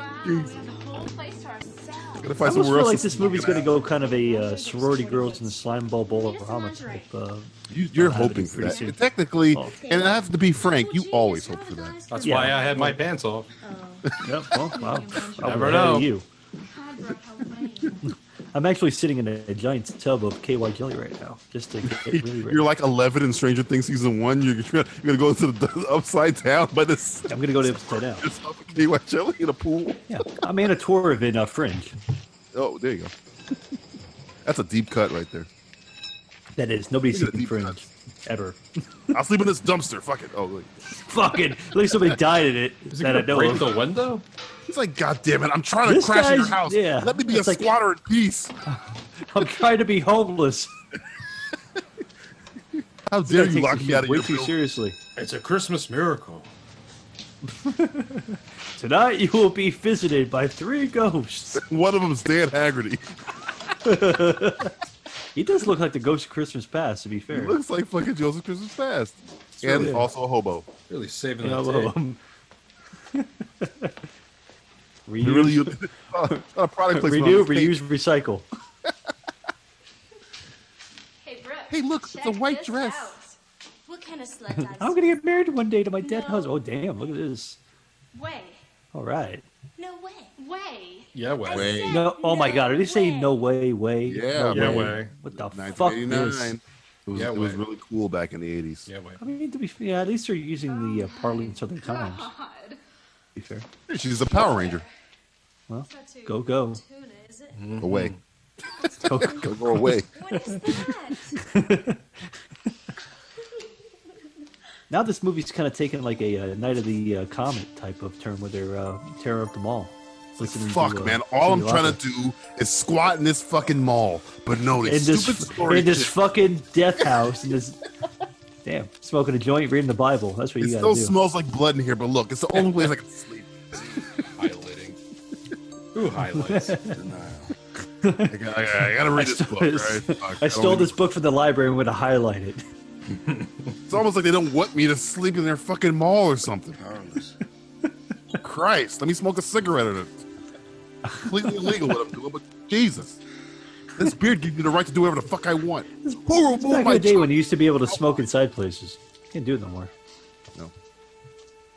Wow, we have the whole place to ourselves. Gotta I find almost somewhere feel else. like to this sneak movie's it gonna out. go kind of a uh, sorority girls and the slime ball bowl over Hamas. type, uh, You, you're That'll hoping happen for pretty that. soon. Technically, Oh. and I have to be frank, you Oh, always gee, hope for that. it's That's not Yeah. why I had my pants off. a nice Yep. Well, wow. I Never would have know. you. girl. God, bro, how lame. I'm actually sitting in a giant tub of KY jelly right now, just to get really ready. You're like 11 in Stranger Things season one. You're, you're gonna go into the upside down, but it's I'm gonna go to upside down. KY jelly in a pool. Yeah, I'm in a tour of in uh, Fringe. Oh, there you go. That's a deep cut right there. That is nobody's Look at the seen deep Fringe cuts. ever. I'll sleep in this dumpster. Fuck it. Oh, wait. Fucking, at least somebody died in it Is it that I gonna know break of. the window? He's like, God damn it! I'm trying to This crash in your guy's- house. yeah. Let me be It's a like- squatter in peace. I'm trying to be homeless. How This guy dare you takes lock this me out of way your too building. seriously. It's a Christmas miracle. Tonight you will be visited by three ghosts. One of them's Dan Haggerty. he does look like the ghost of Christmas past, to be He fair. looks like fucking Joseph Christmas Fast, It's and really- also a hobo. Really saving Yeah, that well, tape. Reuse, really uh, a product placement Renew, on reuse, this recycle. Hey, Brooke. Hey, look, it's a check white this dress. out. What kind of sled dive? I'm gonna get married one day to my dead husband. Oh damn! Look at this. Way. All right. No way. Way. Yeah, way. Way. No. Oh my God! Are they saying no way? Way. Yeah, no yeah, way. What the fuck? This? 1989. It was, Yeah, it was way. really cool back in the 80s. Yeah, way. I mean, to be fair, yeah, at least they're using the uh, parlance of their times. To God. be fair. She's a Power Ranger. Well, go go. Tuna, is it? Away. Go Go, go away. What is that? Now this movie's kind of taken like a uh, Night of the uh, Comet type of turn where they're uh, tearing up the mall. Listening to, uh, Fuck, man. All I'm Cyndi trying Lauper. to do is squat in this fucking mall. But no, in this stupid this story. in this shit. fucking death house in this damn smoking a joint reading the bible that's what it you still gotta do smells like blood in here, but look, it's the only place I can sleep. Highlighting. Ooh, highlights. I gotta, I gotta read this book, right? Fuck, I I stole don't this book from the library and went to highlight it It's almost like they don't want me to sleep in their fucking mall or something. Christ, let me smoke a cigarette in it. Completely illegal what I'm doing, but Jesus. This beard gives me the right to do whatever the fuck I want. This poor it's back in the day when you used to be able to smoke inside places can't do it no more No.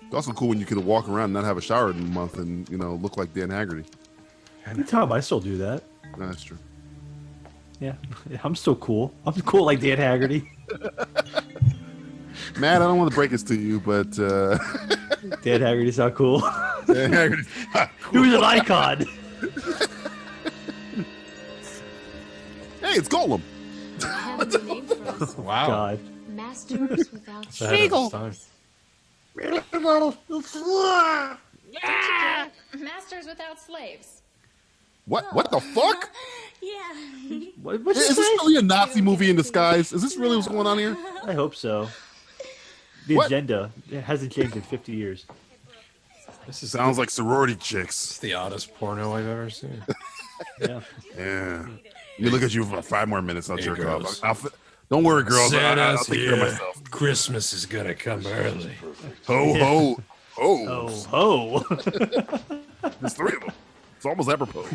It's also cool when you could walk around and not have a shower in a month and, you know, look like Dan Haggerty. tom i still do that No, that's true. yeah i'm still cool i'm cool like dan haggerty Matt, I don't want to break this to you, but uh, dan haggerty's not cool Dan Haggerty. he was an icon Hey, it's Golem. Have a name for us. Wow. god Masters without It's ahead of its time. Masters without slaves. What? What the fuck? Yeah. what, Is what's this this really a Nazi movie in disguise? Is this really what's going on here? i hope so the What? agenda it hasn't changed in 50 years This is Sounds like sorority chicks. the oddest porno I've ever seen. yeah Yeah. Let me look at you for five more minutes. I'll Hey, jerk girls. off. I'll, fi- don't worry, girls. I, I, I'll Santa's take care of here. myself. Christmas is gonna come early. Ho, ho, ho. oh ho There's three of them. It's almost apropos.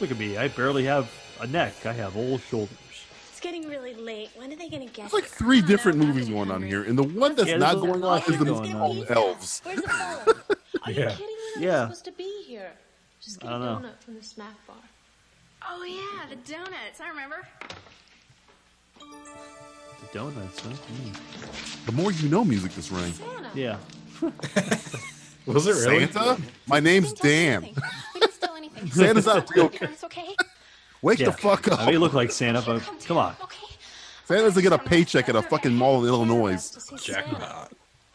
Look at me. I barely have a neck. I have old shoulders. It's getting really late. When are they gonna get? It's like three different movies going on here, and the one that's Yeah, there's not a going on lot is the going movie on. called Elves. Where's the bowl? Are you Yeah. kidding me? I'm Yeah. supposed to be here. Just get a I don't know. donut from the snack bar. Oh yeah, the donuts. I remember. The donuts, huh? Mm. The more you know music this ring. Santa. Yeah. Was it really? Santa? My name's Dan. We didn't steal anything. Santa's not real. It's okay. Wake yeah. the fuck I up. mean, you look like Santa, but come on. Okay. Santa's gonna get a paycheck at a fucking mall in Illinois. What Jackpot. are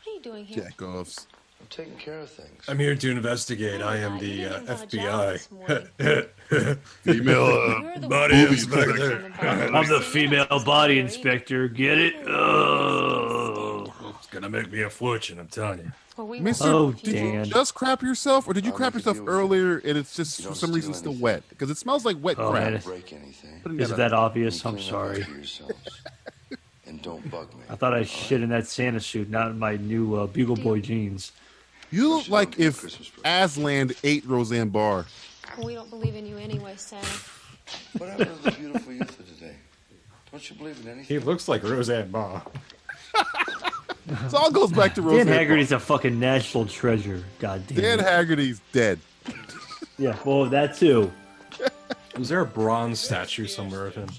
you doing here? Jack offs. I'm taking care of things. I'm here to investigate. I am the uh, FBI. Female. uh, You're the Body one who inspector. told me about it. I'm the female body inspector. Get it? Oh. It's gonna make me a fortune, I'm telling you. Well, we Mister, Oh, did Dan. you just crap yourself, or did you I'll crap make a yourself deal with you. earlier and it's just You for don't some reason steal still wet? Because it smells like wet Oh, crap. man. Break anything. Putting Is that that up. obvious? You I'm clean up after sorry. yourselves. and don't bug me. I thought I shit in that Santa suit, not in my new uh, Bugle Boy jeans. You look like if Christmas present. Aslan ate Roseanne Barr. We don't believe in you anyway, Santa. What happened to the beautiful youth of today? Don't you believe in anything? He looks like Roseanne Barr. It all goes back to Roseanne. Dan Haggerty's a fucking national treasure. God damn. Barr. Dan it. Haggerty's dead. yeah. Well, that too. Was there a bronze statue somewhere of him?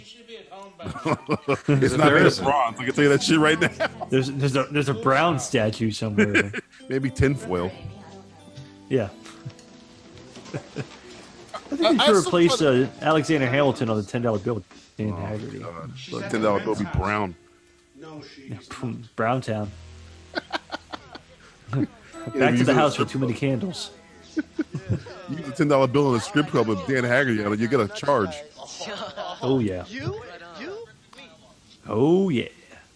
If it's not there made of isn't- bronze. I can tell you that shit right now. There's there's a there's a brown statue somewhere. Maybe tinfoil. Yeah. I I- think they I should still replace thought- uh, Alexander Hamilton on the ten dollar bill with Dan Oh, Haggerty. Look, ten dollar Kobe Brown. from Brown Town. Yeah, Back to use it the as house strip with too many candles. You use a ten dollar bill in a strip club with Dan Haggerty on it, you get a charge. Uh-huh. Oh yeah. Oh yeah.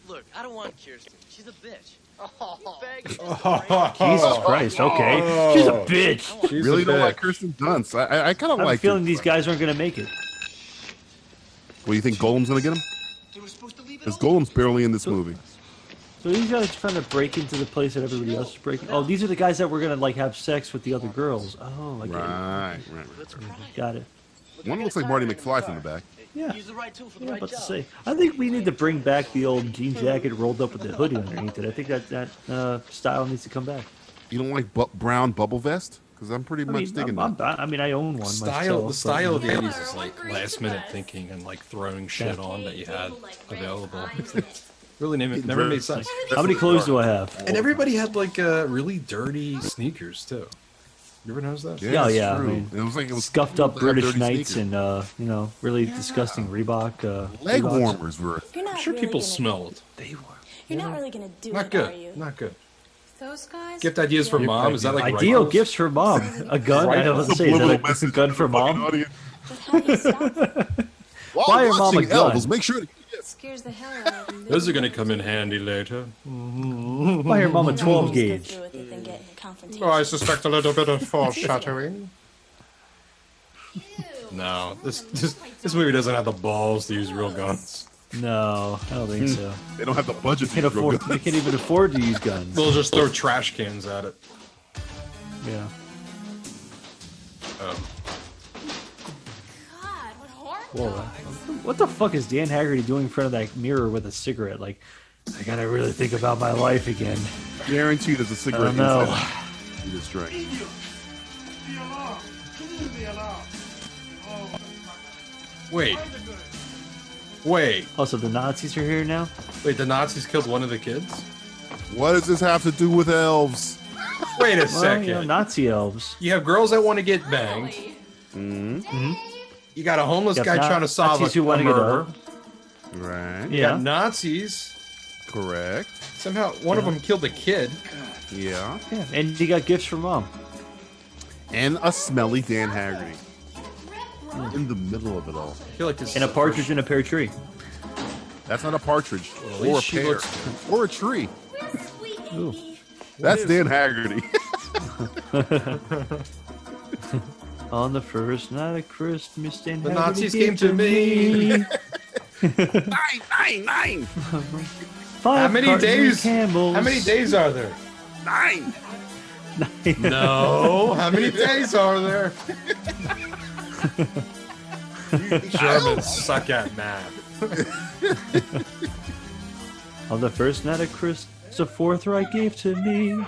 Look, I don't want Kirsten. She's a bitch. Oh. Jesus Christ. Okay. She's a bitch. She's really a don't like bitch. Kirsten Dunst. I, I, I kind of I'm Oh. like. feeling her. these guys aren't gonna make it. Well, you think Golem's gonna get him? Because Golem's barely in this movie. So these guys are trying to break into the place that everybody else is breaking. Oh, these are the guys that were gonna like have sex with the other girls. Oh, I get Right, right. right. it. Got it. One looks like Marty McFly from the back. Yeah. Use the right tool for the Yeah, right about to job. say. I think we need to bring back the old jean jacket rolled up with the hoodie underneath it. I think that that uh, style needs to come back. You don't like bu- brown bubble vest? Because I'm pretty I much mean, digging I'm, that. I'm, I mean, I own one. Style, the myself, style of but- the 80s is like last minute thinking and like throwing shit on that you had available. really never, never made sense. How many clothes do I have? And everybody had like uh, really dirty sneakers too. You ever notice that? Yeah, Yeah, it's yeah. I true. mean, it was like it was scuffed up they had British dirty Knights sneakers. and uh, you know really disgusting Reebok. Uh, leg Reeboks. warmers were. You're not I'm sure really people gonna, smelled. They were You're not really gonna do Not it, are you? good. Not good. Those guys? Gift ideas for mom? Is that like ideal rifles? gifts for mom? A gun? I don't know what to say. Is that a- a gun for mom? Audience. While Buy your mom a watching Elvis, gun. make sure to Scares the hell out of me. Those are gonna come in handy later. Buy your mom a 12 Just go gauge. through with it and get confrontation. I suspect a little bit of foreshadowing. no, this, this this movie doesn't have the balls to use real guns. No, I don't think so. they don't have the budget Can't for real afford. They guns. can't even afford to use guns. They'll just throw trash cans at it. Yeah. Um, God, what horror? Whoa. What the fuck is Dan Haggerty doing in front of that mirror with a cigarette? Like, I gotta really think about my life again. Guaranteed, there's a don't cigarette. know. inside. You just drank. wait, wait, Also, the Nazis are here now. wait. The Nazis killed one of the kids. What does this have to do with elves? Wait a Well, second. you You, know, Nazi elves. have girls that want to get banged. Mm-hmm. You got a homeless You guy got Na- trying to solve Nazis a, who wanna a get murder. Right. You got Yeah. Nazis. Correct. Somehow one of them killed a kid. Yeah. yeah. And he got gifts from mom. And a smelly Dan Haggerty. Mm. In the middle of it all. I feel like this And a is the partridge in a pear tree. That's not a partridge Well, at or a least she pear looks- or a tree. Ooh. That's Dan Haggerty. On the first night of Christmas, Dan The Haggerty Nazis gave came to me. nine, nine, nine, How Five many cartons of days? Campbell's. How many days are there? nine. No. How many days are there? Germans suck at math. On the first night of Christmas, the fourth right gave to me.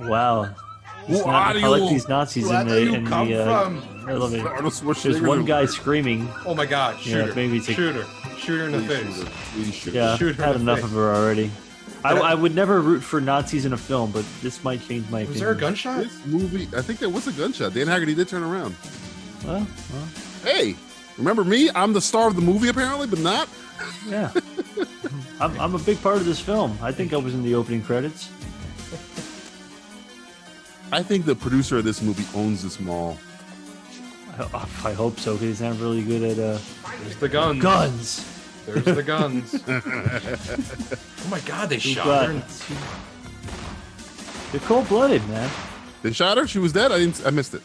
Wow. These Who Na- are I like you? these Nazis Where in do the you in come the. Uh, from? I love it. Arnold Schwarzenegger. There's one guy screaming. Oh my God! Yeah, Shooter! maybe it's a- shooter! Shooter in the face! Please shoot. Yeah, Shoot her had in the enough face. of her already. I, Did I- I would never root for Nazis in a film, but this might change my Was opinion. there a gunshot? This movie, I think there was a gunshot. Dan Haggerty did turn around. Well, Hey, remember me? I'm the star of the movie apparently, but not. yeah. I'm, I'm a big part of this film. I think I was in the opening credits. I think the producer of this movie owns this mall. I, I hope so, because he's not really good at uh, There's the guns. guns. There's the guns. oh my God! They We've shot got- her. They're cold blooded, man. They shot her. She was dead. I didn't. I missed it.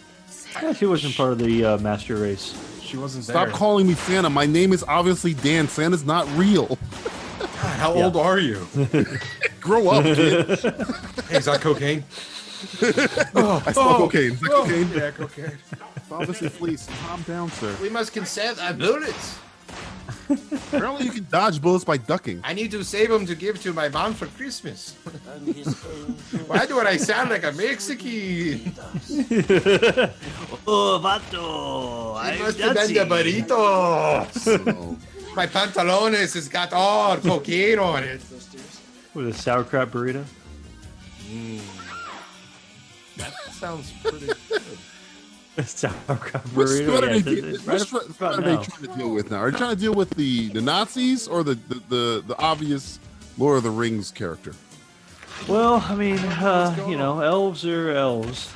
Yeah, she wasn't part of the uh, master race. She wasn't Stop there. calling me Santa. My name is obviously Dan. Santa's not real. God, how old are you? Grow up, kid. Hey, is that cocaine? Oh. I smoke cocaine. Is that cocaine? Yeah, cocaine. Obviously, please calm down, sir. We must consent. I built it. Apparently, you can dodge bullets by ducking. I need to save them to give to my mom for Christmas. Why do I sound like a Mexican? oh, vato. It I'm must have been the Nazi. burritos. my pantalones has got oh, all cocaine on it. With a sauerkraut burrito? That sounds pretty good. sauerkraut Which burrito? threat are Yeah, they, it- it- which threat- it's threat about are they now. trying to deal with now? Are they trying to deal with the, the Nazis or the, the, the, the obvious Lord of the Rings character? Well, I mean, uh, you know, elves are elves.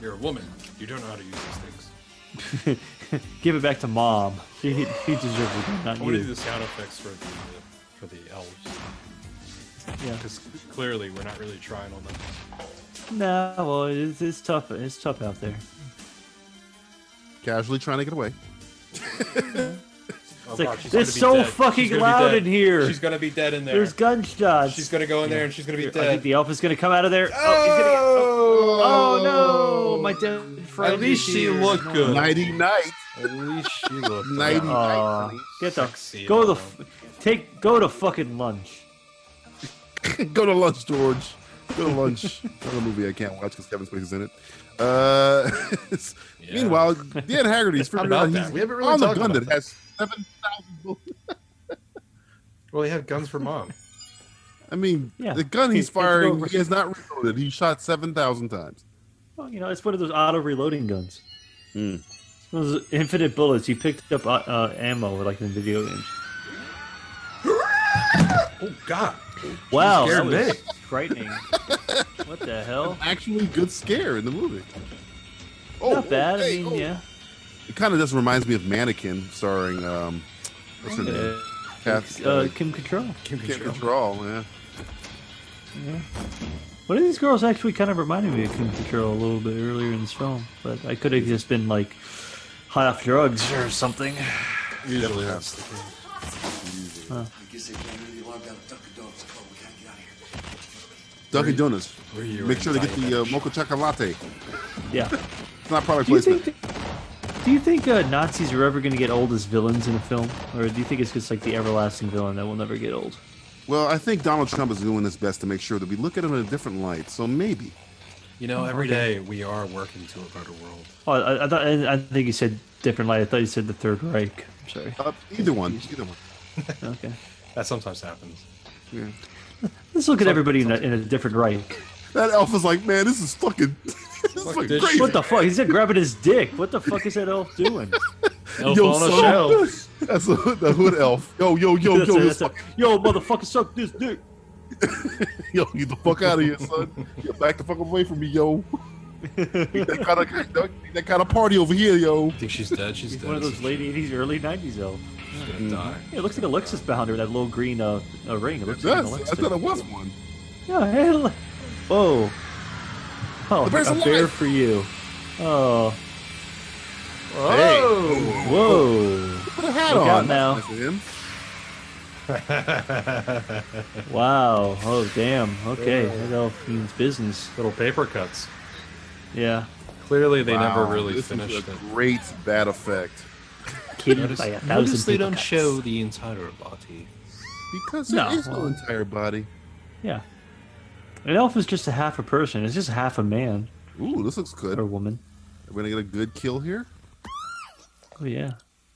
You're a woman. You don't know how to use these things. Give it back to mom. She, she deserves it, I not want to do you. the sound effects for the for the elves. Yeah. Because clearly we're not really trying on them. No, well, it's, it's tough. It's tough out there. Casually trying to get away. Oh, It's like, God, she's it's gonna be so dead. fucking She's gonna be loud dead. in here. She's gonna be dead in there. There's gunshots. She's gonna go in there and she's gonna be I dead. think the elf is gonna come out of there. oh, he's gonna Oh, no, my dead friend. At least is she here. looked good. Nighty night. At least she looked Nighty Oh. night. Aw, get the Sexy, go the though. f- take go to fucking lunch. Go to lunch, George. Go to lunch. Another movie I can't watch because Kevin Spacey's in it. Uh, Meanwhile, Dan Haggerty's How figured about out that? he's We haven't really on the talked gun about that has seven thousand bullets. Well, he had guns for mom. I mean, Yeah. the gun he's He- he had to go firing, re- he has not reloaded. He shot seven thousand times. Well, you know, it's one of those auto reloading guns. It's one of Those infinite bullets. You picked up uh, uh, ammo like in video games. Oh God. Wow, that scared was me. frightening. what the hell? Actually, good scare in the movie. Oh, Oh, Not bad. I mean, yeah. It kind of just reminds me of Mannequin, starring um, what's her name? Kath, Uh, Kim Cattrall. Kim Kim Cattrall, yeah. Yeah. One of these girls actually kind of reminded me of Kim Cattrall a little bit earlier in this film, but I could have just been like high off drugs or something. Usually that's the Huh. I guess they can't really log out Dunkin' Donuts. Come on, we gotta get out of here. Dunkin' Donuts. were you Make sure to get the uh, mocha chocolate latte. Yeah. It's not product Do you placement. think? do you think uh, Nazis are ever going to get old as villains in a film, or do you think it's just like the everlasting villain that will never get old? Well, I think Donald Trump is doing his best to make sure that we look at him in a different light. So maybe. You know, every Okay. day we are working to a better world. Oh, I, I thought I, I think you said different light. I thought you said the Third Reich. I'm sorry. Uh, either one. Either one. Okay. That sometimes happens. Yeah. Let's look at everybody in a, in a different Reich. That elf is like, man, this is fucking, this is fucking this crazy. What the fuck? He's like grabbing his dick. What the fuck is that elf doing? Elf Yo, on a son. shelf. That's a, the hood elf. Yo, yo, yo, That's yo, a- this that's a- fuck, yo, motherfucker, suck this dick. yo, get the fuck out of here, son. Get back the fuck away from me, yo. Ain't that kind of ain't that kind of party over here, yo. I think she's dead. She's He's dead. one of those late '80s, early '90s elf. She's gonna die. It looks like a Lexus behind her. That little green uh, uh ring. It It looks like an does. I Lexus. thought it was one. Yeah, hell. Whoa. Oh, The bear's a alive. bear for you. Oh, Hey, whoa. put a hat Look out on now. Oh. That's nice of him. Wow. Oh, damn. Okay. That elf means business. Little paper cuts. Yeah. Clearly, they Wow, never really this is finished it. a great bad effect. Killed by a thousand Notice they paper don't cuts. show the entire body. Because there No, is no well- entire body. Yeah. An elf is just a half a person. It's just half a man Ooh, this looks good. or Are woman. we gonna get a good kill here? Oh yeah.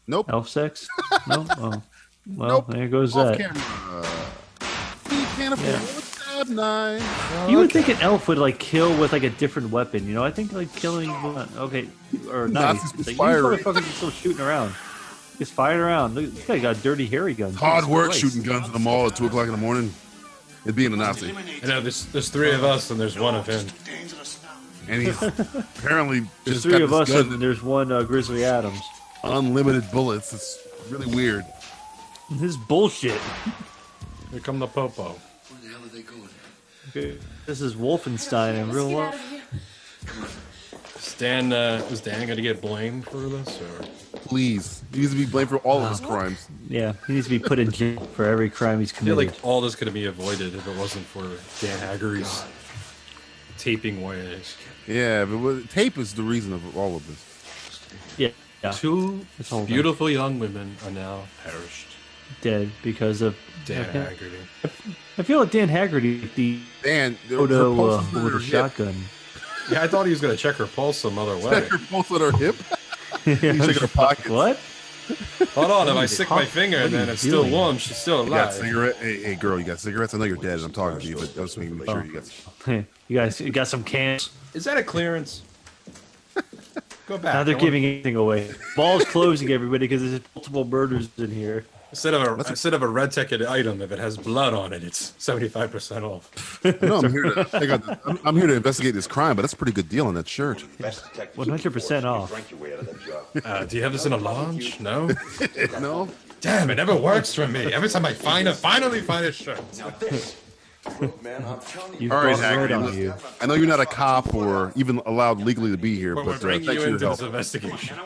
Nope. Elf sex? No. Oh. Well, Nope. there goes Off that. camera. He can't afford a stab knife. You would think an elf would like kill with like a different weapon, you know? I think like killing okay or not. Nazis Like, these firing. motherfuckers are still shooting around. He's firing around. Look, this guy got dirty hairy guns. Hard Jesus work Christ. shooting guns at the mall at two o'clock in the morning. And being a Nazi, I know there's there's three of us and there's one of him. and he's apparently There's just three got of this us, gun and there's one uh, Grizzly Adams. with unlimited bullets. It's really weird. This is bullshit. Here come the popo. Where the hell are they going? This is Wolfenstein in real life. Is Dan uh, is Dan gonna get blamed for this or? Please, he needs to be blamed for all of his crimes. Yeah, he needs to be put in jail for every crime he's I feel committed. like all this could have been avoided if it wasn't for Dan Haggerty's taping ways. Yeah, but what- tape is the reason of all of this. yeah, Yeah. Two This whole thing. beautiful young women are now perished. Dead because of Dan I can't- Haggerty. I, I feel like Dan Haggerty, the Dan, there was photo her uh, pulse on with her a hip. shotgun. Yeah, I thought he was going to check her pulse some other Is way. that your pulse on her hip? He's I shaking was her pockets. What? Hold on, if I Holy stick cock, my finger what and are then you it's still doing? warm, she's still You alive. got cigarette? Hey, hey, girl, you got cigarettes? I know you're dead as I'm talking to you, but I was making sure you got. you guys, you got some cans. Is that a clearance? Go back. Now I they're want- giving anything away. Ball's closing everybody because there's multiple murders in here. Instead of a instead of a red ticket item, if it has blood on it, it's seventy five percent off. No, I'm here to. I got the- I'm, I'm here to investigate this crime, but that's a pretty good deal on that shirt. One hundred percent off. Uh, do you have this in a lounge? No. no. Damn, it never works for me. Every time I find a finally find a shirt. You've All right, brought red Haggerty. on listen, you. I know you're not a cop or even allowed legally to be here, But but, we're uh, bringing thanks for you your into this help. investigation.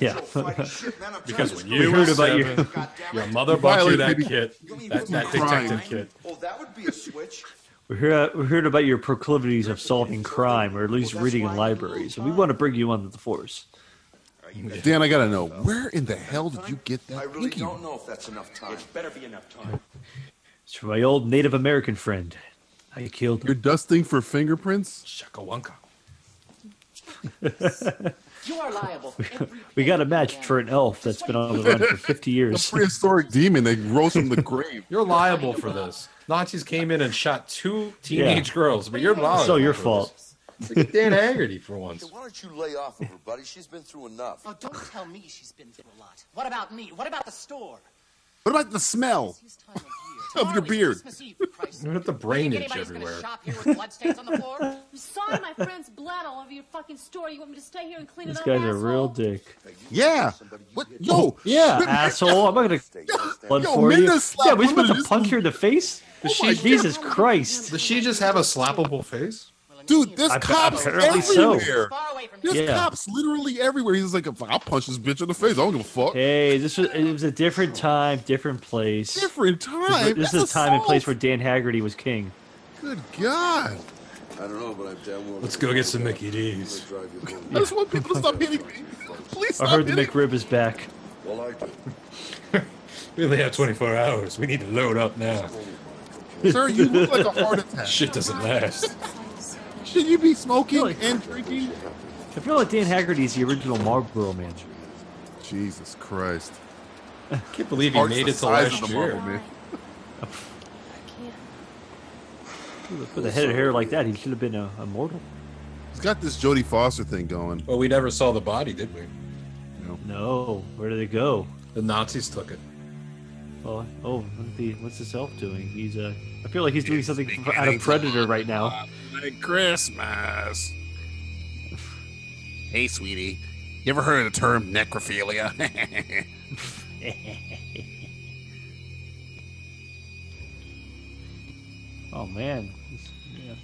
Yeah. Because when We you heard were about your- seven, your mother bought you that kit, that, that detective kit. Oh, We're here, we're here about your proclivities of solving crime, or at least reading in libraries, and we want to bring you onto the force. Dan, I gotta know, where in the hell did you get that? I really don't know if that's enough time. It better be enough time. It's from my old Native American friend. I killed You're him. dusting for fingerprints? Shakawunka. You are liable. We got a match for an elf that's been on the run for 50 years. Prehistoric demon that rose from the grave. You're liable for this. Nazis came in and shot two teenage Yeah. girls, but you're liable. It's all your for fault. this. Look at Dan Haggerty for once. Why don't you lay off of her, buddy? She's been through enough. Oh, don't tell me she's been through a lot. What about me? What about the store? What about the smell It's time of year. of Tomorrow your is beard? Christmas Eve, for Christ's Look at the sake. brain itch Anybody's gonna everywhere. shop here with bloodstains on the floor? You saw my friend's blood all over your fucking store. You want me to stay here and clean This it up? guy's a asshole? real dick. Oh, Yeah. What? Yo. Yeah, Quit- asshole. I'm not going to blood for Minda you. slapped Yeah, we women supposed to just- Oh punch her in the face? she- Jesus Christ. Does she just have a slappable face? Dude, there's I- cops apparently so. everywhere. Far away from There's Yeah. cops literally everywhere. He's like, I'll punch this bitch in the face. I don't give a fuck. Hey, this was it was a different time, different place. Different time. This is a That's time and place where assault. Dan Haggerty was king. Good God. I don't know, but I'm damn well. Let's go get some Mickey D's. drive you home. I just want people to stop hitting me. Please I stop heard the hitting me. McRib is back. Well, I do. We only have 24 hours. We need to load up now. Sir, you look like a heart attack. Shit doesn't last. Should you be smoking Really? and drinking? I feel like Dan Haggerty is the original Marlboro man. Jesus Christ. I can't believe he Heart's made the it to size last of the year. marble, man. With a head of hair like that, he should have been a, a mortal. He's got this Jodie Foster thing going. Well, we never saw the body, did we? No, where did it go? The Nazis took it. Oh, oh, what's the what's this elf doing? He's uh, I feel like he's doing something f- out of Predator right now. Merry Christmas. Hey, sweetie. You ever heard of the term necrophilia? Oh man, This- yeah.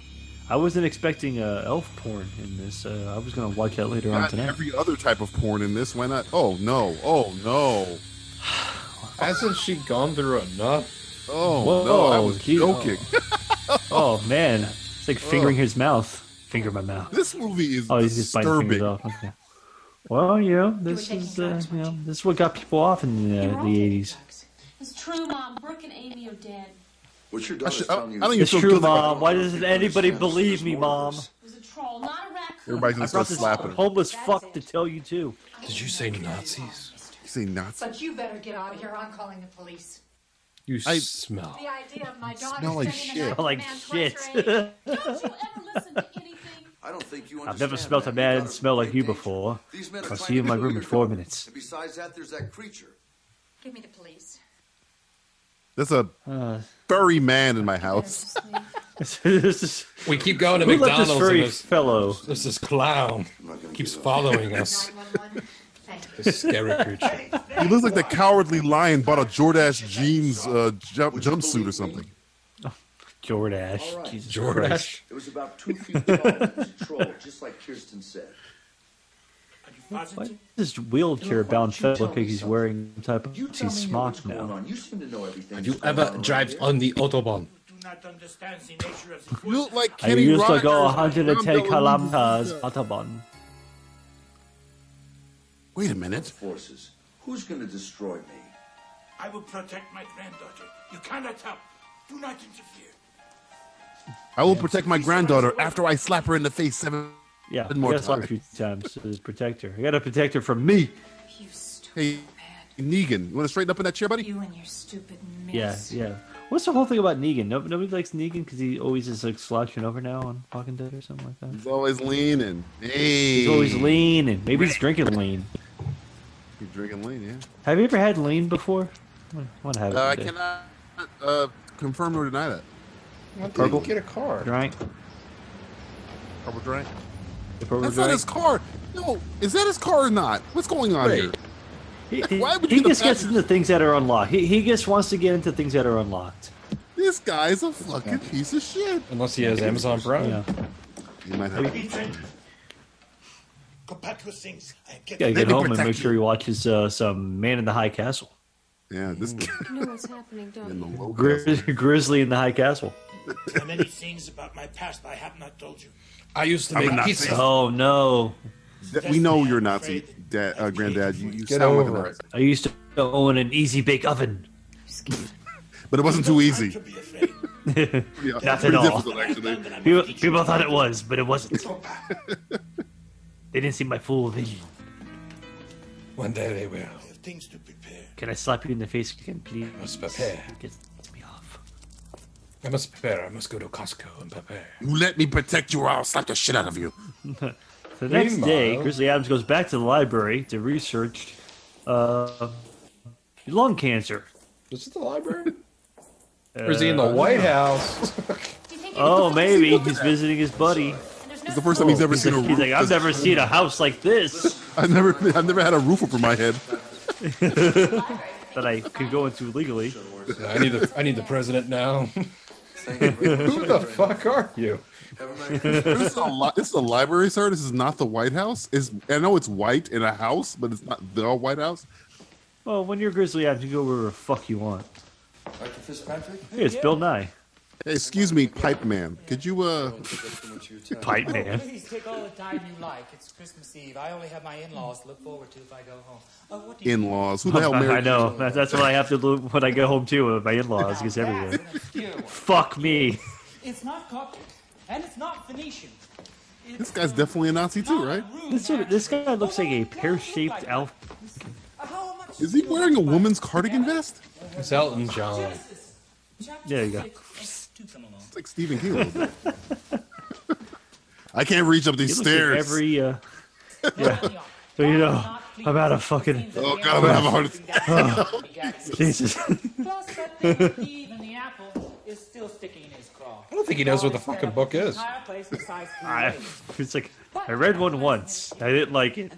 I wasn't expecting uh, elf porn in this. Uh, I was gonna watch that later on Not tonight. every other type of porn in this. Why not? Oh, no. Oh, no. Hasn't she gone through enough? Oh, Whoa, no. I was gee, oh. joking. Oh man, it's like fingering his mouth. Finger my mouth. This movie is Oh, he's just biting fingers disturbing. off. Okay. Well, you know, this is uh, you know, this is what got people off in the, uh, the '80s. It's true, Mom. Brooke and Amy are dead. What's your I, daughter's should, I, I telling you? don't even It's feel true, guilty about- Mom. Why doesn't anybody believe me, Mom? It was a troll, not a raccoon. Everybody's I brought gonna start this slapping. him. homeless fuck to tell you too. Did you say Nazis? You say Nazi? But you better get out of here. I'm calling the police. You I- smell. The idea of my daughter Smell like spending shit. the night Smell like shit. shit. Don't you ever listen to anything. I don't think you I've never understand smelt a that. Your man daughter's smell like in you danger. before. These men are I'll trying see you in to my kill room your in four daughter. minutes. And besides that, there's that creature. Give me the police. There's a Uh, furry man in my house. this is, We keep going to who let McDonald's. this and furry there's, fellow? there's this clown keeps following us. 911. Thank you. This scary creature. He looks like the cowardly lion bought a Jordash jeans uh, jump, jumpsuit or something. Jordash. Jesus Christ. Jordash. It was about two feet tall. It was a troll, just like Kirsten said. Why does this wheelchair-bound fellow look like he's wearing some type of You Nazi tell me you know what's smock going now? on. You seem to know everything. Have you ever drive on the autobahn? You look like I Kenny used to go Rogers from 110 Ron Bellamy. kilometers, Autobahn. Wait a minute. Forces. Who's going to destroy me? I will protect my granddaughter. You cannot help. Do not interfere. I will protect my granddaughter after I slap her in the face seven, Yeah, seven more more gotta slap her a times. few times to just protect her. I gotta protect her from me. Hey, Negan, you want to straighten up in that chair, buddy? You and your stupid Yeah, mess. yeah. What's the whole thing about Negan? No, nobody likes Negan because he always is like slouching over now on Walking Dead or something like that. He's always leaning. Hey. He's always lean, and maybe he's drinking lean. He's drinking lean, yeah. Have you ever had lean before? I want to have it. Uh, I one day. cannot uh, confirm nor deny that. What did he Purple? get a car? Drank. Purple drink. The purple That's drank. not his car. No, is that his car or not? What's going on Wait. here? He, he- Why would he you the just gets passenger- into things that are unlocked. He, he just wants to get into things that are unlocked. This guy's a fucking piece of shit. Unless he has Amazon Prime. Yeah. He might have- Go back to things. I am Gotta getting get home and make sure he watches uh, some Man in the High Castle. Yeah, this You know what's happening, don't you? Grizz- Grizzly in the High Castle. There are many things about my past I have not told you. I used to I'm a make Nazi. pizza. Oh no! That- we know you're Nazi, dad, uh, granddad. You, you Get sound like over a it. Nazi. I used to own an easy bake oven. But it wasn't too easy. Not it's at pretty all. difficult, actually. People, people thought it was, but it wasn't. they didn't see my full vision. One day they will. Things to prepare. Can I slap you in the face again, please? I must prepare. Get- I must prepare. I must go to Costco and prepare. You let me protect you, or I'll slap the shit out of you. The next day, Meanwhile- Grizzly Adams goes back to the library to research uh, lung cancer. Is it the library? Uh, Or is he in the White House? Oh, maybe he's visiting his buddy. It's the first time he's ever seen a like, roof He's like, I've never seen a house like this I've never, I've never had a roof over my head. that I could go into legally. I need the I need the president now. Who the fuck are you? this, is a li- this is a library, sir. This is not the White House. It's, I know it's white in a house, but it's not the White House. Well, when you're Grizzly Adams, you can go wherever the fuck you want. Dr. Fitzpatrick? Hey, it's Bill Nye. Hey, excuse me, Pipe Man. Could you, uh, Pipe Man. Please take all the time you like. It's Christmas Eve. I only have my in-laws to look forward to if I go home. Oh, what do you in-laws? Who the hell married? I know. That- That's what I have to do when I get home too. with My in-laws gets everywhere. Fuck me. It's not Coptic, and it's not Phoenician. This guy's definitely a Nazi too, right? This, this guy looks like a pear-shaped elf. Is he wearing a woman's cardigan vest? It's Elton John. There you go. It's like Stephen King. a little bit. I can't reach up He these looks like stairs. every uh, yeah. So you know, I'm out of fucking. Oh, God, I'm gonna have a heart attack. Oh, Jesus. Plus, that thing with Eve and the apple is still sticking in his craw. I don't think he knows what the fucking book is. Entire place was sized to I, raise. it's like I read one once. I didn't like it,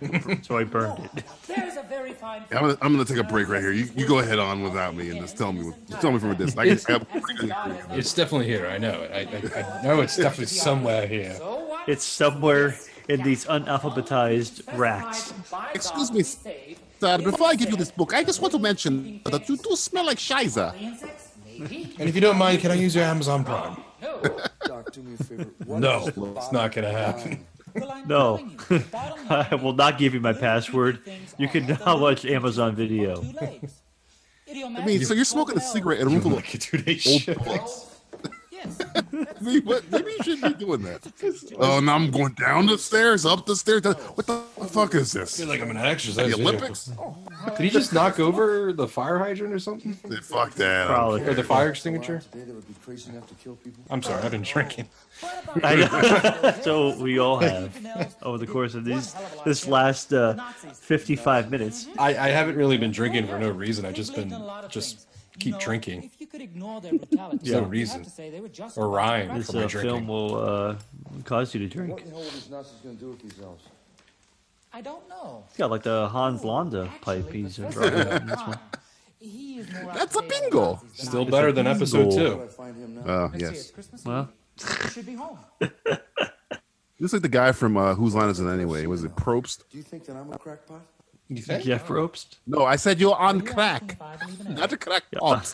so I burned it. There's a very fine. I'm gonna, I'm gonna take a break right here. You, you go ahead on without me and just tell me just tell me from a distance. I can, I It's definitely here. I know it. I, I, I know it's definitely somewhere here. It's somewhere in these unalphabetized racks. Excuse me, sir. Before I give you this book, I just want to mention that you do smell like shiza. And if you don't mind, can I use your Amazon Prime? Doc, do me a favor. What No, is the it's not gonna happen. No, I will not give you my password. You can now watch Amazon Video. I mean, so you're smoking a cigarette in a room full of old blokes. Maybe- what- Maybe you shouldn't be doing that. Oh, now I'm going down the stairs, up the stairs. down- What the fuck is this? feel like I'm in an exercise The video. Olympics? Oh. Did he just knock over the fire hydrant or something? Fuck that. Probably. Or the fire extinguisher? Today that would be crazy enough to kill people. I'm sorry, I've been drinking. I know. so we all have over the course of these this last uh, 55 minutes. I, I haven't really been drinking for no reason. I've just been just keep drinking. If you could ignore their brutality, There's no you have reason. to say they were just Or rhyme This for my uh, drinking. film will uh, cause you to drink. What in the hell are these Nazis going to do with these elves? I don't know. He's got like the Oh, Hans Landa pipe he's drawing out in this one. He is more That's a bingo. Still better than episode Bingo. two. Oh, yes. Well, should be home. This is like the guy from uh, Whose Line Is It Anyway? Was it Probst? Do you think that I'm a crackpot? You Jeff Probst. No, I said you're on crack. Not a crack pot.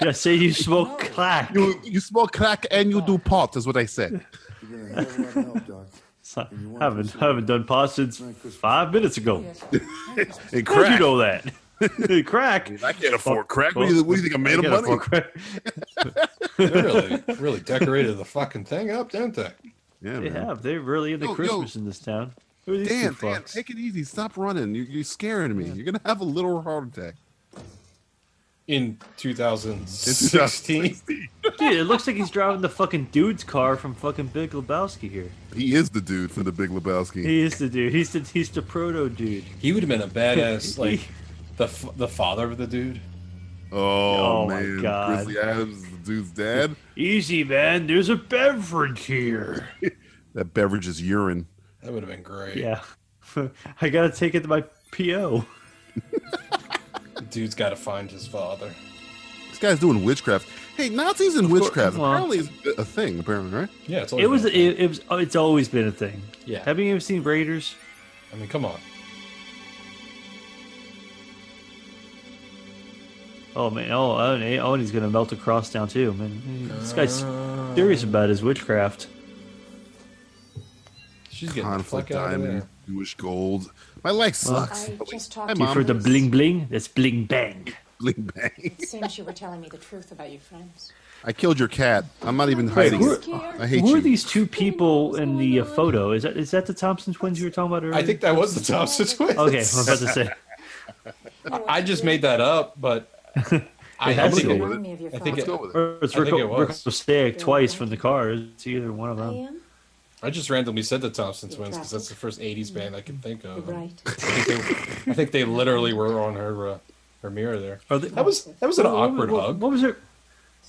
Yeah, say you smoke crack. You, you smoke crack and you do pot, is what I said. You're going to never let me help, Doc. So, haven't haven't done pot since five minutes ago. And How'd you crack. know that? Hey, crack. I can't afford crack. What do you, what do you think I made I of can't money? they really, really decorated the fucking thing up, didn't they? Yeah, They man. have. They're really into Yo, yo. Christmas in this town. Who are these Dan, two Dan, fucks? take it easy. Stop running. You're, you're scaring me. You're gonna have a little heart attack. In 2016. Dude, it looks like he's driving the fucking dude's car from fucking Big Lebowski here. He is the dude from the Big Lebowski. He is the dude. He's the he's the proto dude. He would have been a badass, like the f- the father of the dude. Oh, Oh, my man, God. Grizzly Adams is the dude's dad. Easy, man. There's a beverage here. That beverage is urine. That would have been great. Yeah. I gotta take it to my PO. The dude's got to find his father. This guy's doing witchcraft. Hey, Nazis and witchcraft well- apparently is a thing. Apparently, right? Yeah, it's It was it, it was oh, it's always been a thing. Yeah. Have you ever seen Raiders? I mean, come on. Oh man, oh, oh, and- oh and he's gonna melt a cross down too, man. This guy's Uh. serious about his witchcraft. She's getting the conflict fuck outta diamond, there. Jewish gold. My life sucks. I just Hi, talked You Mom. for the bling bling? That's bling bang. Bling bang. It seems you were telling me the truth about your friends. I killed your cat. I'm not even Wait, hiding who, it. Oh, I hate who you. are these two people in the uh, photo? Is that is that the Thompson twins you were talking about earlier? I think that was the Thompson twins. Okay, I was about to say. I- I just made that up, but I, had I to think go it, with I think it, Or It's I think Rico, it was. Rico Steak twice from the car. It's either one of them. I just randomly said the Thompson Twins because that's the first '80s band I can think of. You're right. I think they, I think they literally were on her uh, her mirror there. Are they- that was that was an What- what- awkward what- hug. What was her?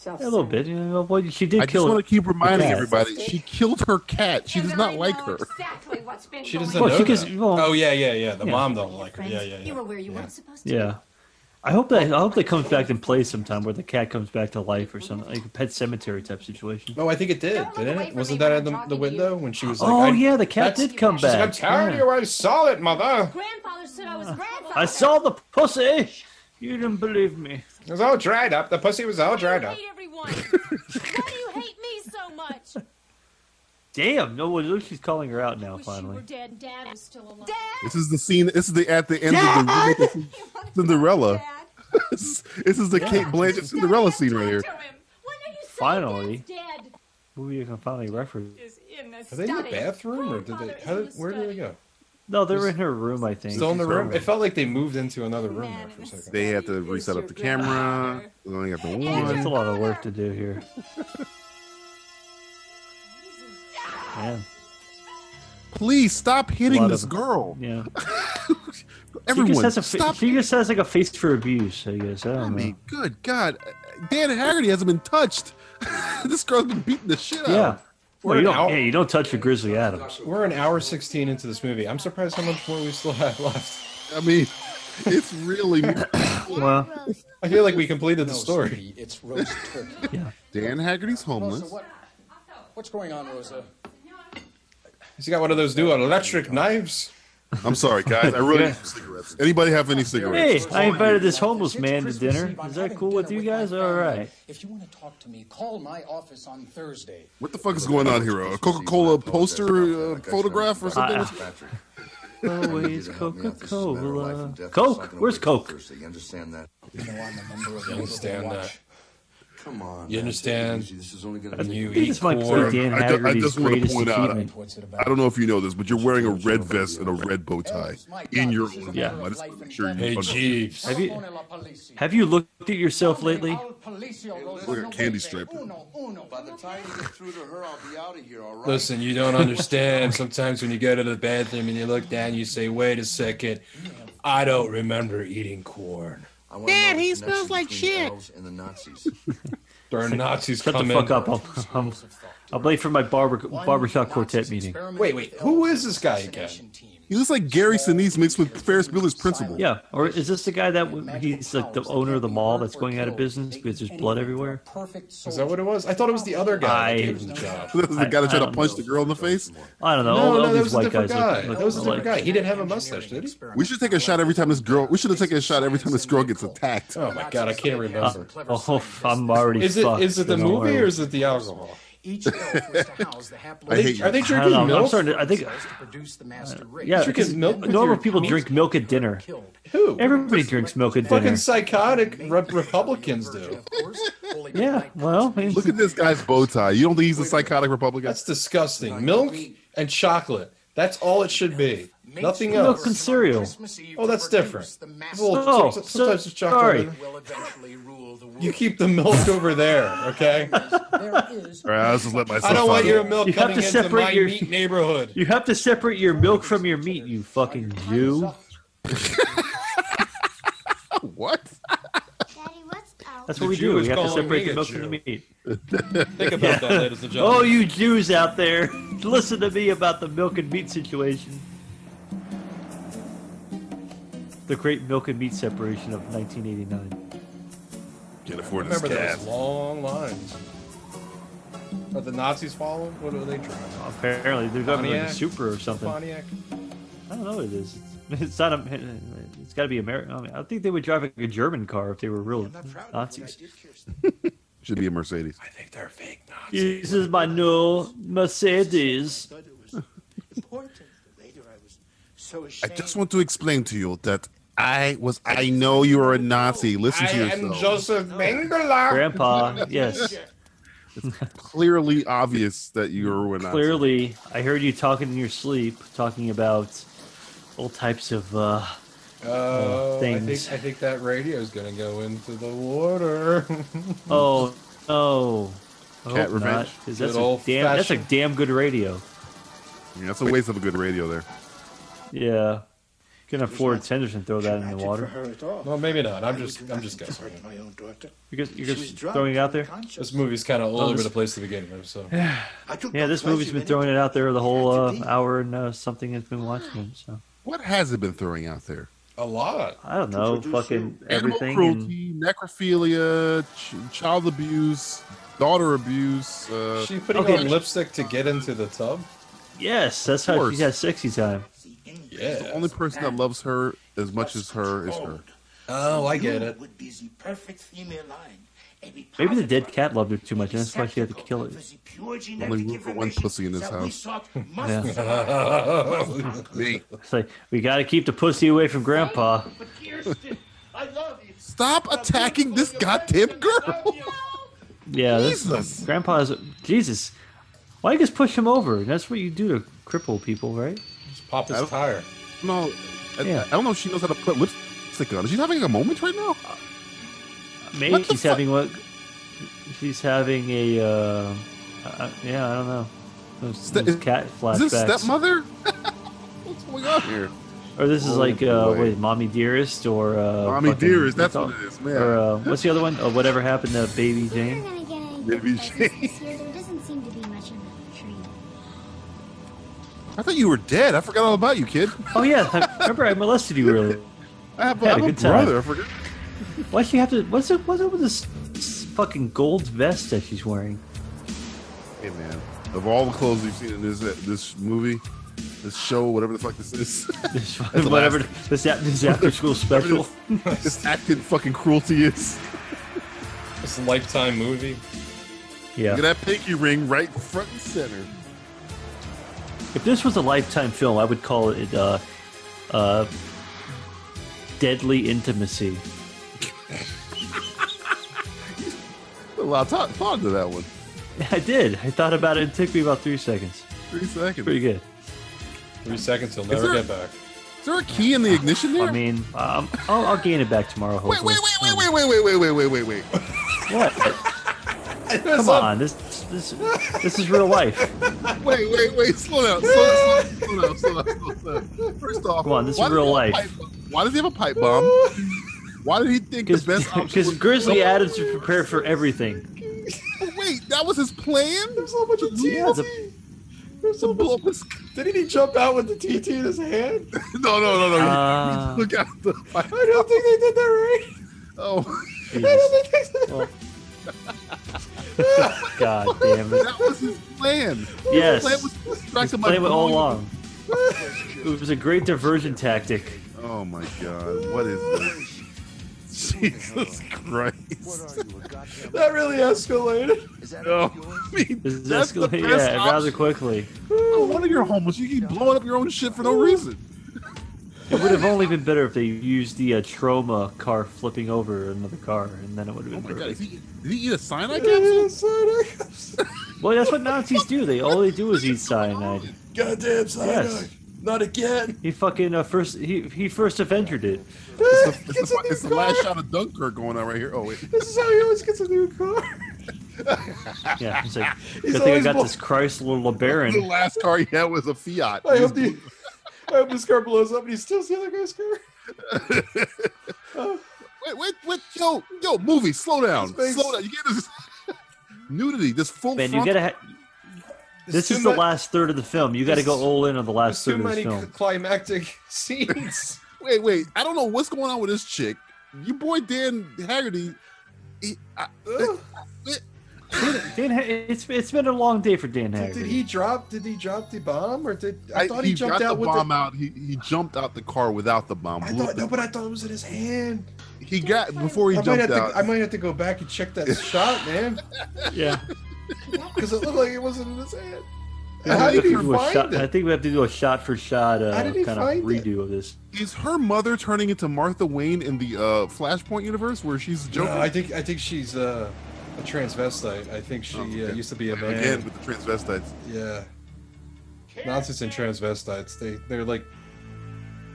A little bit. You know, well, she did I kill. just want to keep reminding the cat. everybody she killed her cat. She does not like her. Exactly what's been She going doesn't Well, know. she gets- that. well- oh yeah, yeah, yeah. The Yeah. mom don't like her. Yeah, yeah, friends. yeah. You were where you weren't supposed to. Yeah. I hope that I hope that comes back and plays sometime where the cat comes back to life or something like a pet cemetery type situation. Oh, I think it did, didn't it? Wasn't that at the, the window when she was like, Oh, I- yeah, the cat that's- did come she's like, back. I'm tired Yeah. of you. I saw it, mother. Grandfather said I was grandfather. I saw the pussy. You didn't believe me. It was all dried up. The pussy was all dried up. Why do you hate me so much? Oh, Damn. No, well, look, she's calling her out now. Finally. We're dead. Dad was still alive. This is the scene. This is the at the end of the remake of Cinderella. this, is, this is the Kate Blanchett Cinderella scene right here. Finally. Dad Movie I can finally reference. is in the Are they in the study. bathroom or did they? How did, where did they go? No, they were in her room. I think. Still in the room. It felt like they moved into another room there for a second. They have to reset up the camera. We only got the Yeah, one. There's a lot of work to do here. Man. Please stop hitting Lot this of- girl. Yeah. she Everyone, just has a fa- stop. she Uh-huh. just has like a face for abuse. I guess. I I don't know. mean, good God, Dan Haggerty hasn't been touched. this girl's been beating the shit out. of Yeah. him. Well, you an don't. hour- Yeah, you don't touch a Grizzly Adams. We're an hour 16 into this movie. I'm surprised how much more we still have left. I mean, it's really Well, I feel like we completed the story. It's roast turkey. Dan Haggerty's homeless. what? What's going on, Rosa? He's got one of those new electric knives. I'm sorry, guys. I really need some cigarettes. Anybody have any hey, cigarettes? I invited this homeless man to dinner. Is that cool with you guys? All right. If you want to talk to me, call my office on Thursday. What the fuck is going on here? A Coca-Cola poster uh, photograph or something? Uh, Always Coca Cola. Coke. Where's Coke? Thursday, you understand that? You know I'm a member of the You understand Overwatch. that? Come on. You man, take it understand? easy. This is only gonna That's make You He eat just might core. play Dan I, ju- I Haggerty's just want to greatest point out. achievement. What's it I about? don't know if you know this, but you're wearing a red vest and a red bow tie in your own Yeah. home. I just want to make sure you Hey, understand. Jeeves. Have you Una la policía. have you looked at yourself lately? Al policio, Rosa, Look at no Candy vuelve. Stripe. Uno, uno. By the time you get through to her, I'll be out of here, all right? Listen, you don't understand. Sometimes when you go to the bathroom and you look down, you say, wait a second. I don't remember eating corn. I wanna know Dad, the he connection smells like between shit. elves And the Nazis. There are Nazis Shut the coming. fuck up. I'm, I'm, I'm late for my barber, barbershop quartet meeting. Wait, wait. Who is this guy again? He looks like Gary Sinise mixed with Ferris Bueller's principal. Yeah, or is this the guy that w- he's like the owner of the mall that's going out of business because there's blood everywhere? Perfect soldier. Is that what it was? I thought it was the other guy. I- that gave him the job. This is the I- guy that I tried to don't punch the girl in the face. I don't know. all, No, all no, that these was a white different guys guy. look, look That was a different alike. guy. He didn't have a mustache, did he? We should take a shot every time this girl. We should have taken a shot every time this girl gets attacked. Oh my god, I can't remember. Oh, I'm already Is it fucked. is it the so don't movie worry. or is it the alcohol? Each elf was to house the hapless. I hate you. Are they drinking I don't know. I'm milk? starting to- I think- Uh, cells to produce the master race. Yeah, because normal people drink milk at dinner. Who? Everybody drinks milk at Fucking dinner. psychotic re- Republicans do. Yeah, well, look at this guy's bow tie. You don't think he's a psychotic Republican? That's disgusting. Milk and chocolate. That's all it should be. Nothing Milk else. and cereal. Oh, that's different. Well, Oh, some- so- sometimes it's chocolate. You keep the milk over there, okay? All right, I'll just let myself. I don't want out. your milk You have coming to into separate my your- meat neighborhood. You have to separate your milk from your meat, you fucking Jew. what? That's The what we Jew do. is We have to calling separate me the a milk from the Jew. meat. Think about that, ladies and gentlemen. Oh, you Jews out there, listen to me about the milk and meat situation. The great milk and meat separation of 1989. Can't afford this Remember cat. those long lines? Are the Nazis following? What are they trying? Apparently, they're going like Pontiac? a super or something. Pontiac. I don't know what it is. It's, it's not a. It's got to be American. I, mean, I think they would drive like a German car if they were real Nazis. Should be a Mercedes. They're fake. This is my new Mercedes. I just want to explain to you that I was. I know you are a Nazi. Listen I to am yourself. Joseph Mengele. Grandpa, yes. Clearly obvious that you are a Nazi. Clearly, I heard you talking in your sleep, talking about all types of uh, Oh, I think things. I think that radio is gonna go into the water. Oh no! I Cat hope revenge. not, 'cause Good that's a damn. That's a old-fashioned- damn good radio. Yeah, that's a waste of a good radio there. Yeah, can afford Henderson throw that in the water. Well, maybe not. I'm just I'm just guessing. You're just, you're just throwing it out there. This movie's kind of all Oh, over this- the place to begin with, so Yeah, this movie's been throwing it out there the whole uh, hour and uh, something has been watching it. So What has it been throwing out there? a lot. I don't know, fucking Animal everything. and- cruelty, necrophilia, ch- child abuse, daughter abuse. Uh, She putting on lipstick to get into the tub. yes, that's how course. she has sexy time. Yeah. The only person that loves her as much as her is her. Oh, I get You it. Would be the perfect female line. and be Maybe the positive dead cat loved her too much, and that's why she had to kill it. for the pure genetic Only room for one information pussy in this that we house. sought Yeah. must survive. It's like we got to keep the pussy away from Grandpa. But Kirsten, I love you. Stop attacking this goddamn girl. Yeah, this- Jesus. Grandpa is Jesus. Why just push him over? That's what you do to cripple people, right? Just pop his tire. No, I, I don't know if she knows how to put lipstick on. Is she having a moment right now? Maybe she's having what? She's having a. Uh, uh, yeah, I don't know. Those, those cat flashbacks. Is this stepmother? What's going on here? Or this is Oh, like uh, boy. what is it, mommy dearest or uh, Mommy fucking- Dearest, that's what's what it is, all- man. Or uh, what's the other one? Uh, whatever happened to Baby Jane? We're gonna get any Maybe good she- presents this year. There doesn't seem to be much in the tree. I thought you were dead. I forgot all about you, kid. Oh yeah, I, remember I molested you earlier. I have, I had I have a a, good time. brother. I forgot. Why she have to? What's it? What's up with this s- fucking gold vest that she's wearing? Hey man, of all the clothes we've seen in this uh, this movie, this show, whatever the fuck this is, This That's the whatever last- this, a- this after school special. this, this acted fucking cruelty is. This lifetime movie. Yeah. Look at that pinky ring right front and center. If this was a lifetime film, I would call it uh, uh, Deadly Intimacy. Put a lot of thought, thought into that one. I did. I thought about it. It took me about three seconds. Three seconds. Pretty good. Three seconds, he'll Is never there- get back. Is there a key in the ignition there? I mean, um, I'll, I'll gain it back tomorrow. wait, Hopefully. wait, wait, wait, wait, wait, wait, wait, wait, wait, wait. What? Come on. This this this is real life. Wait, wait, wait, slow down. Slow down, slow down, slow down, slow down, slow down. First off, Come on, this is why does real he life. have a pipe bomb? Why does he have a pipe bomb? Why did he think the best option Because was- Grizzly Adams is prepared for everything. Oh, Wait, that was his plan? There's so much of Yeah, it's a- to blow up his... Didn't he jump out with the TT in his hand? No, no, no, no. he- Ah. Look out the I don't think they did that right. Oh, I Jesus. don't think they did that Well, God Oh, damn it. that was his plan. Yes. His plan was to distract He's him by playing it all blowing up- along. It was a great diversion tactic. Oh my god, what is this? Jesus Christ. That really escalated. No, Oh, I mean, This is that's the escalating best Oh, yeah, rather quickly. No wonder you're homeless. You keep blowing up your own shit for no reason. It would have only been better if they used the uh, trauma car flipping over another car, and then it would have Oh been my god, perfect. is he, did he eat a cyanide capsule? Well, that's what Nazis do. They all they do is eat cyanide. Goddamn cyanide. Yes. Not again. He fucking uh, first he he first Avenger did. It's the, it's the- it's the last shot of Dunkirk going on right here. Oh, wait. This is how he always gets a new car. Yeah, it's like, good He's thing I always got more- this Chrysler The LeBaron. last car he had was a Fiat. I hope, the, I hope this car blows up and he steals the other guy's car. Uh, Wait, wait, wait. Yo, yo, movie, slow down. Space. Slow down. You get this nudity, this full Man, you frontal- gotta. Ha- this too is the mu- last third of the film. You gotta go There's- all in on the last Too third of the many film. climactic scenes. Wait, wait. I don't know what's going on with this chick. Your boy Dan Haggerty. He, I, Dan, Dan, Ha- it's it's been a long day for Did, Dan did Haggerty. he drop? Did he drop the bomb, or did I I- thought he, jumped got out the with bomb the? out. He, he jumped out the car without the bomb. I blew thought the- no, but I thought it was in his hand. he got before I he might have jumped to. out. I might have to go back and check that shot, man, Yeah. because it looked like it wasn't in his hand. I How think did we he have to do a find shot- I it? think we have to do a shot for shot uh, How did kind he of find it? redo of this. Is her mother turning into Martha Wayne in the uh, Flashpoint universe where she's No, joking? I think. I think she's uh, a transvestite. I think she uh, used to be a man. Oh, Again with the transvestites. Yeah. Nazis and transvestites. They they're like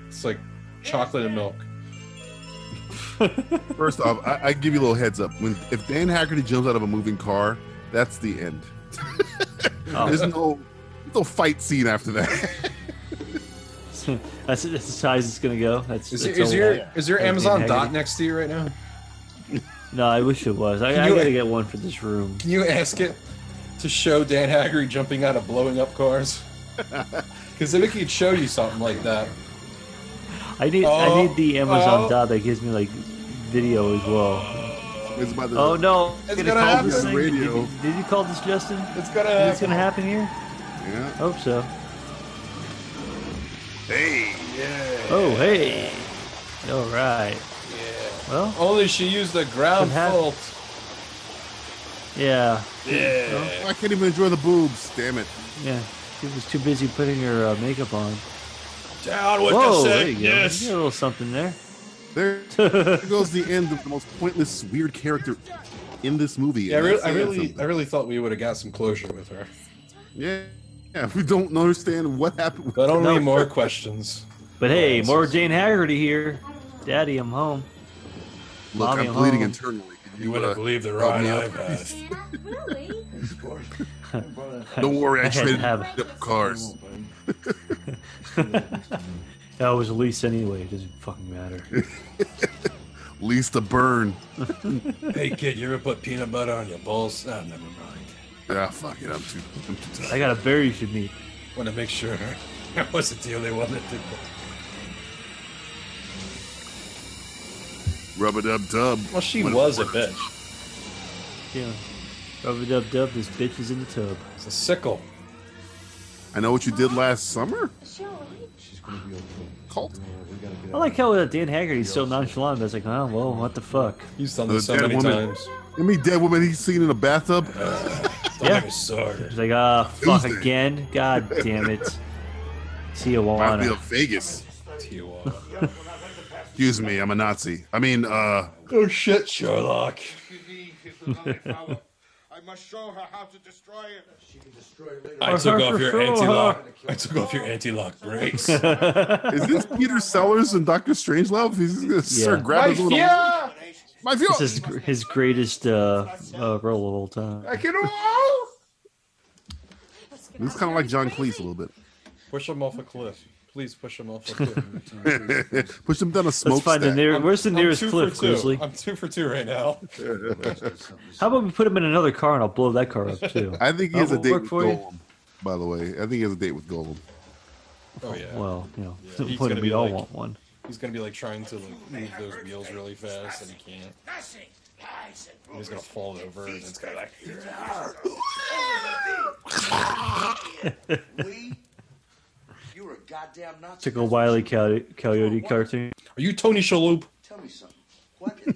it's like chocolate and milk. First off, I, I give you a little heads up. When if Dan Haggerty jumps out of a moving car, that's the end. There's no there's no fight scene after that. that's, that's as high as it's gonna go. That's Is, that's is all your that- is your that's Dan Amazon Haggerty. dot next to you right now? No, I wish it was. I, I you- gotta get one for this room. Can you ask it to show Dan Haggerty jumping out of blowing up cars? Because I think he'd show you something like that. I need I need the Oh, Amazon oh. dot that gives me like video as well. It's by the Oh no! It's Gonna gonna call happen. this thing- did- Radio. Did, did you call this Justin? It's gonna Is this happen. gonna happen here? Yeah. Hope so. Hey. Oh hey! All right. Well, Only she used the ground Could hap- fault. yeah, Oh, I can't even enjoy the boobs. Damn it. yeah. She was too busy putting her uh, makeup on. Down Whoa! There you go. You got a little something there. There, there goes the end of the most pointless, weird character in this movie. Yeah, I, and re- that's I saying really, something. I really thought we would have got some closure with her, Yeah, yeah. We don't understand what happened. but only No. more questions. But hey, more Jane Haggerty here. Daddy, I'm home. Look, Mommy, I'm bleeding home. internally. You wouldn't uh, believe the help ride me I've out, had. please? Really? Don't worry, I I had to traded have- up cars. That was lease anyway. It doesn't fucking matter. Least to burn. Hey kid, you ever put peanut butter on your balls? Ah, never mind. Ah, fuck it. I'm too. I'm too tired. I gotta bury you meat. Want to make sure that was the deal they wanted to. Rub a dub dub. Well, she was a bitch. Yeah. Rub a dub dub. This bitch is in the tub. It's a sickle. I know what you did last summer. Is she alright? She's gonna be okay. Cult. We gotta get I like how uh, Dan Haggerty's so nonchalant. That's like, oh well, what the fuck? He's done The this so dead many woman. times. I mean, dead woman he's seen in a bathtub. Don't Yeah. ever start it. He's like, ah, fuck Tuesday. again. God damn it. Reminds me of Tijuana. Vegas. Tijuana. Excuse me, I'm a Nazi. I mean, uh, Oh shit! Sherlock. I must show her how to destroy it. She can destroy it later. I took off your anti-lock. I took off your anti-lock brakes. is this Peter Sellers and Doctor Strangelove? He's gonna start My grabbing his little. fear, My view. This is gr- his greatest uh, uh, role of all time. I can all. This is kind of like John Cleese a little bit. Push him off a cliff, please. Push him off a cliff. Push him down a Let's smokestack. find the near. Where's the I'm nearest two cliff, for two. Grizzly? I'm two for two right now. How about we put him in another car and I'll blow that car up too? I think he Oh, has a will date work with for you? Golem. By the way, I think he has a date with Golem. Oh yeah. Well, you know, Yeah, the he's point gonna we be all like- want one. He's gonna be like trying to like move those wheels really fast, and he can't. Nothing. Lies and And he's gonna fall over, and it's gonna like. We? You were a goddamn Nazi. Took a wily coyote, coyote cartoon. Are you Tony Shalhoub? Tell me something. What in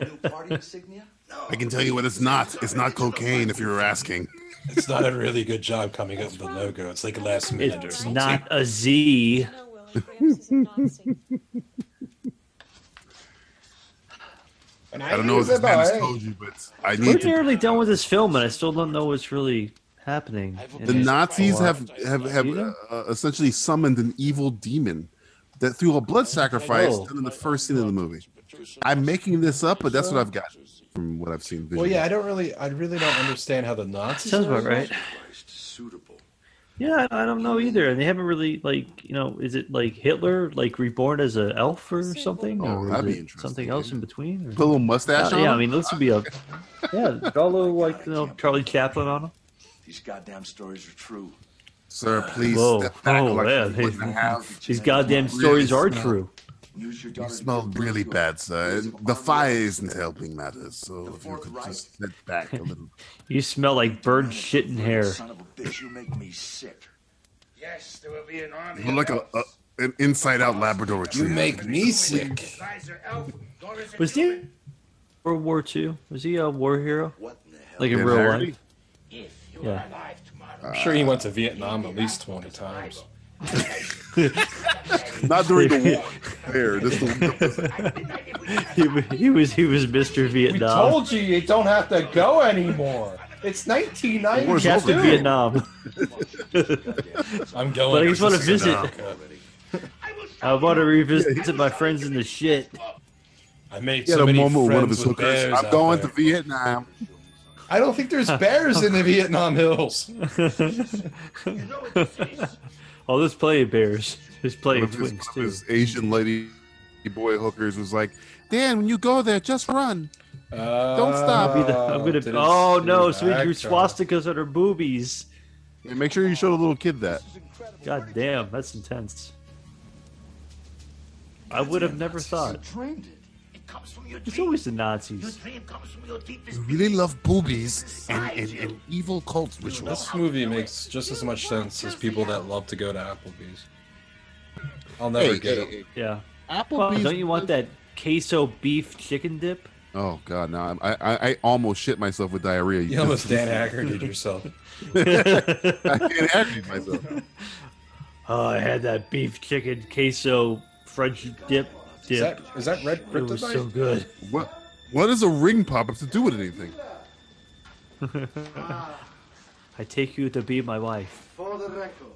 New party insignia? I can tell you what it's not. It's not cocaine, if you were asking. It's not a really good job coming up with the logo. It's like last minute or It's something. not a Z. I don't know if this man has told you, but I We're need to nearly done with this film, and I still don't know what's really happening. the Nazis have have have uh, uh, essentially summoned an evil demon that through a blood sacrifice Oh. done in the first scene of the movie. I'm making this up, but that's what I've got from what I've seen. Well, Visually. yeah, I don't really, I really don't understand how the Nazis. Sounds are about right. Yeah, I I don't know either, and they haven't really like you know, is it like Hitler like reborn as an elf or something, Oh, or that'd is be it interesting, something else in between? or- Put a little mustache Uh, on yeah, I him? mean, this would be a yeah, draw a little like you know Charlie Chaplin on him. These goddamn stories are true. Sir, please Whoa. step back. Oh, like man. you wouldn't Hey, have. these goddamn You stories are smell- true. You smell really bad, sir. The fire isn't helping matters, so if you could just sit back a little. You smell like bird shit and hair. Son of a bitch, you make me sick. Yes, there will be an army. You're like a, a an inside out Labrador retriever. make me sick. Was he World War II? Was he a war hero? Like in Dan real Hardy? life? Yeah. I'm sure he went to Vietnam at least twenty times. Not during the war. There, just the, he, wa- he was he was Mr. We Vietnam. told you you don't have to go anymore. It's 1992. Captain Vietnam. I'm going. but I just want to This is visit. America. I want to revisit my friends in the shit. I made he had so a many moment with one of friends his with hookers. bears. I'm out going there. to Vietnam. I don't think there's bears in the Vietnam Hills. oh, there's plenty of bears. There's plenty One of of his, one twinks of too. his Asian lady boy hookers was like, Dan, when you go there, just run. Don't Uh, stop. Be the- I'm gonna. did it Oh no, stay so we drew back, Charlie? swastikas on her boobies. Yeah, make sure you show the little kid that. God damn, that's intense. I would have never thought. Dreamed it. It comes from your It's dream. always the Your Nazis. dream comes from your deepest. You really love boobies and, and, and evil cult rituals. This movie makes just as much sense as people that love to go to Applebee's. I'll never Hey, get hey, it. hey. Yeah. Applebee's- don't you want that queso beef chicken dip? Oh god, now I'm- I, I I almost shit myself with diarrhea. You almost Dan Ackerded yourself. I Dan Ackerded myself. Oh, I had that beef chicken queso French dip. dip. Is that, is that red It was kryptonite? so good. What what does a ring pop up to do with anything? I take you to be my wife. For the record.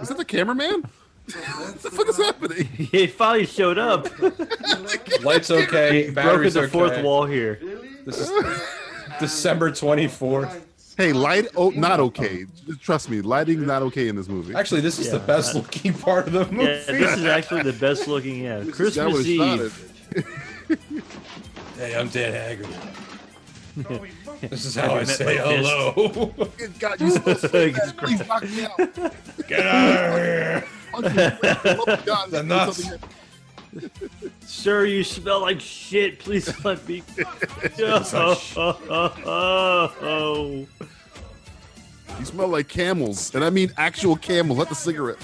Is that the cameraman? what the fuck is happening? he finally showed up. Lights okay. Broken Batteries the fourth okay. wall here. This is December 24th. Hey, light oh not okay. Just Trust me, lighting not okay in this movie. Actually, this is the Yeah, best that- looking part of the movie. Yeah, this is actually the best looking. Yeah, That Christmas would've shot it. Eve. Hey, I'm Dan Haggerty. This is I how I met say my fist. hello. Good God, you supposed to say that. Please knock me out. Get out of here. God, The nuts. Sir, you smell like shit. Please let me go. You smell like camels, and I mean actual camels, not the cigarette.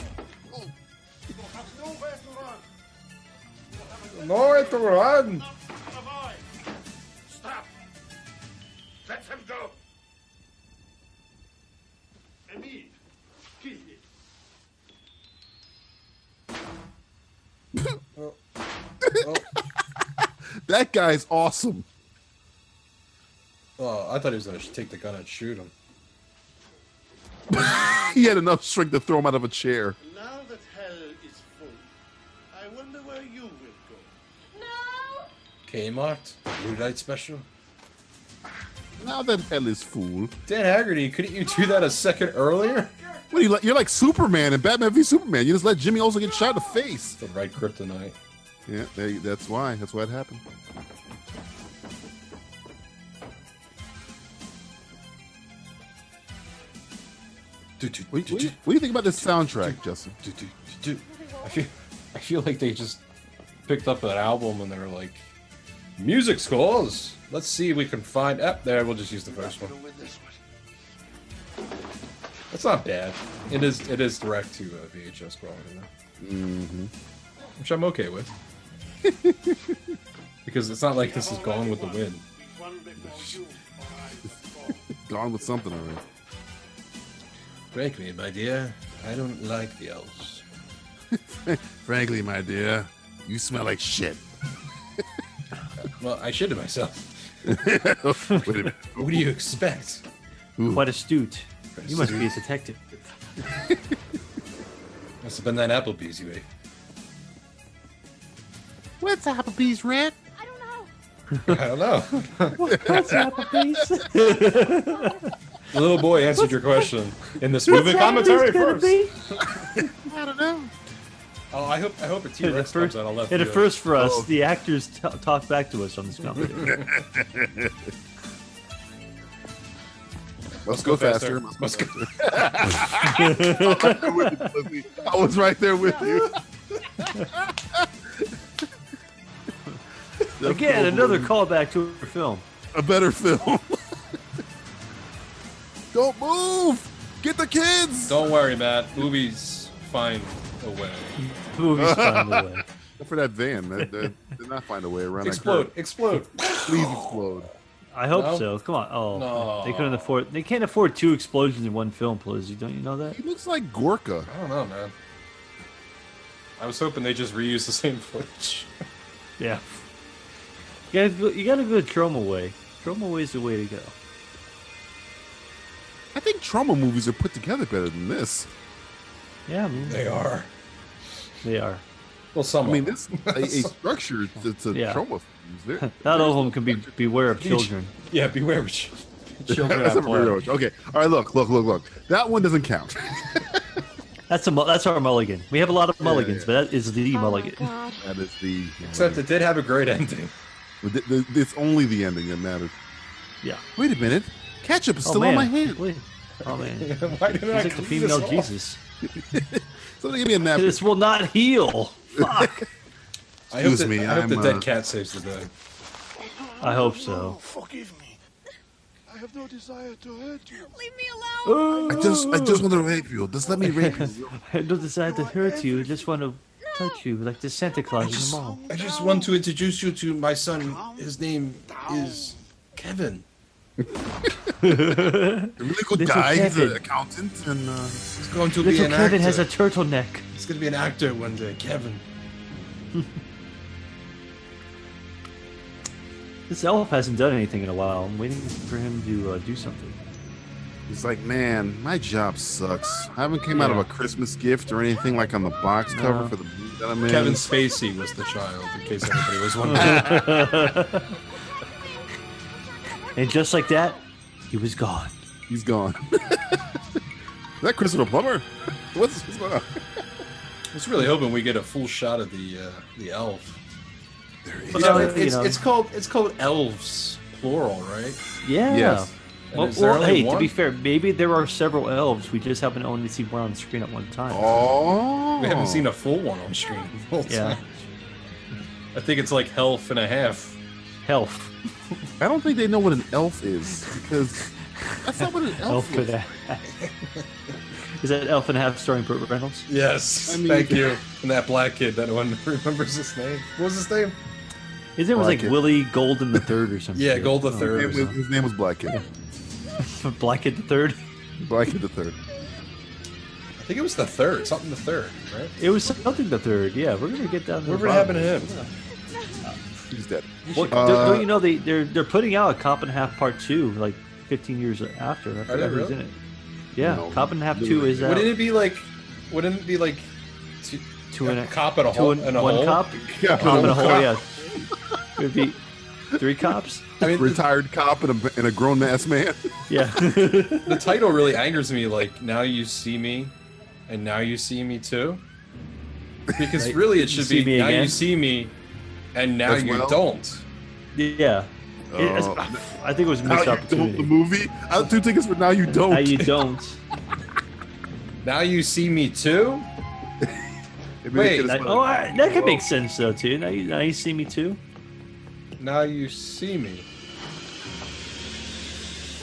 Nowhere to run. Stop! Let him go! Emil, kill him. That guy's awesome. Oh, I thought he was going to take the gun and shoot him. He had enough strength to throw him out of a chair. Now that hell is full, I wonder where you will go. Kmart? Blue Light Special? Now that hell is fool. Dan Haggerty, couldn't you do that a second earlier? What are you like? You're like Superman and Batman v Superman. You just let Jimmy Olsen get shot in the face. The right kryptonite. Yeah, they, that's why. That's why it happened. What, what do you, what do you think about this soundtrack, Justin? I feel, I feel like they just picked up an album and they were like, music scores. Let's see if we can find. Up there, we'll just use the first one. That's not bad. It is. It is direct to uh, VHS quality, though, Mm-hmm. which I'm okay with. Because it's not like this is gone with the wind. Gone with something already. Break me, my dear. I don't like the elves. Frankly, my dear, you smell like shit. Well, I shitted myself. Wait a minute. What do you expect? Quite astute. You must be a detective. Must have been that Applebee's you ate. What's Applebee's, Red? I don't know. What's Applebee's? The little boy answered your question in this movie commentary first. I don't know. Oh, I hope I hope a T At a Rex first, comes out of left at a field. first for us, the actors t- talk back to us on this commentary. Must go faster. Must go faster. I was right there with you, Lizzie. I was right there with you. Again, another callback to a film. A better film. Don't move! Get the kids! Don't worry, Matt. Movies find a way. For that van, they, they did not find a way around. Explode, That curve. explode. Please explode. I hope No? so. Come on. Oh, No. they couldn't afford. They can't afford two explosions in one film, Pelizzi. Don't you know that? He looks like Gorka. I don't know, man. I was hoping they just reuse the same footage. Yeah. You gotta go, you gotta go Troma way. Troma way is the way to go. I think trauma movies are put together better than this. Yeah, I mean, They are. They are. Well, some. I mean, of them. this a, a structure to, to Yeah. trauma films. They're- Not all of them can be beware of children. Yeah, beware of ch- children. That's at a play. railroad. Okay. All right. Look. Look. Look. Look. That one doesn't count. That's a mu- that's our mulligan. We have a lot of mulligans, yeah. but that is the mulligan. That is the. Except it did have a great ending. But th- th- It's only the ending that matters. Yeah. Wait a minute. Ketchup is Oh, still on my man. hand. Oh man, Why did he's I like the clean female this off? Jesus. Somebody give me a napkin. This will not heal. Fuck. I hope, Excuse the, me, I hope the I'm, dead uh, cat saves the day. I hope so. Forgive me. I have no desire to hurt you. Leave me alone. I just, I just want to rape you. Just let me rape you. I don't decide to hurt you. I just want to touch you like the Santa Claus in the mall. I just want to introduce you to my son. His name is Kevin. The really good Little guy. He's an Kevin. accountant, and uh, He's going to be Little an Kevin actor. has a turtleneck. He's going to be an actor one day, Kevin. This elf hasn't done anything in a while. I'm waiting for him to uh, do something. he's like, man, my job sucks. I haven't came out of Yeah. a Christmas gift or anything like on the box cover No. for the movie that I'm in. Kevin Spacey was the child, in case anybody was wondering. And just like that, he was gone. He's gone. Is that Christopher Plummer? What's, what's going on? I was really hoping we get a full shot of the uh, the elf. is- You know, Well, it's, you know. it's called it's called elves plural, right? Yeah. Yes. And Well, is there or- only hey, one? to be fair, maybe there are several elves. We just haven't only seen one on the screen at one time. Oh, We haven't seen a full one on screen. the whole Yeah. time. I think it's like elf and a half. Elf. I don't think they know what an elf is because that's not what an elf, Elf and is. a half. Is that Elf and a Half starring Burt Reynolds? Yes, I mean- thank you. And that black kid, that one remembers his name. What was his name? His name was Black like Kid. Willie Golden the Third or something. Oh, Yeah, Gold the His name Third. was, his name was Blackhead. Blackhead the Third. Blackhead the third. I think it was the third, something the third, right? It was something the Third. Yeah, we're gonna get down. To Whatever the happened bottom to of him? this. He's dead. What, Uh, don't, don't you know they they're they're putting out a Cop and a Half Part Two like 15 years after. I forgot who's really? in it. Yeah, No, Cop and a Half Two literally. is uh, out. Wouldn't it be like? Wouldn't it be like? Two, Two and a- cop and a two hole and- and a one hole? cop? Yeah, Cop and a hole. cop. Yeah, it would be three cops. I mean, the, retired cop and a, and a grown ass man. Yeah, the title really angers me. Like now you see me, and now you see me too. Because Right. really, it You should see be me now you again? see me, and now As you well? don't. yeah. It- it's- Oh. I think it was a Now missed you don't. The opportunity. movie. I have two tickets for now. You don't. Now you don't. Now you see me too. Maybe they wait, could've That- spelled oh, it- I, that could make sense though too. Now you, now you see me too. Now you see me.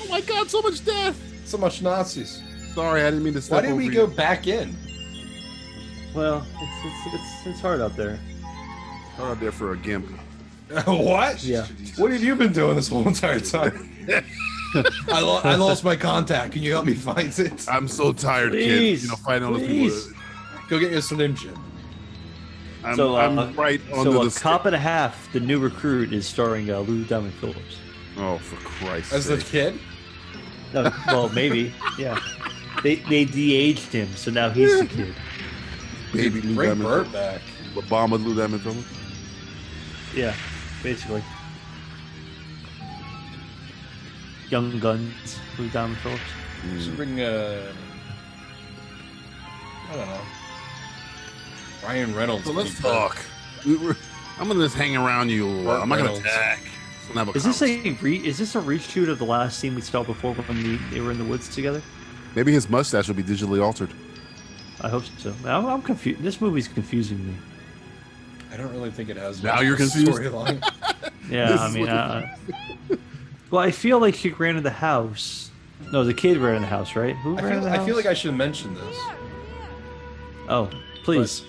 oh my god, so much death. So much Nazis. Sorry, I didn't mean to step Why did we over go you. back in? Well, it's it's it's, it's hard out there. Oh, there for a gimp. what? Yeah. What have you been doing this whole entire time? I, lo- I lost my contact. Can you help me find it? I'm so tired, kid. Please, You know, find out if you please. would. Go get your Slim Jim. I'm, so, uh, I'm right so under a the. cop and a half. The new recruit is starring uh, Lou Diamond Phillips. Oh, for Christ's As the sake. kid? No, well, maybe. Yeah. They they de-aged him, so now he's the kid. Baby Lou Bring Diamond Bert Phillips. back. Obama Lou Diamond Phillips. Yeah, basically. Young Guns, Lou Diamond Phillips. Hmm. Should bring, uh, I don't know. Ryan Reynolds. So let's would be talk. We were, I'm gonna just hang around you a little while. I'm not gonna Reynolds. attack. Let's not have a Is this a re- is this a reshoot of the last scene we saw before when the, they were in the woods together? Maybe his mustache will be digitally altered. I hope so. I'm, I'm confused. This movie's confusing me. good. I don't really think it has. Now much you're of a confused? Storyline. Yeah, This I is mean, what uh, well, I feel like she ran in the house. No, the kid ran in the house, right? Who I ran in feel, the I house? feel like I should mention this, oh, please.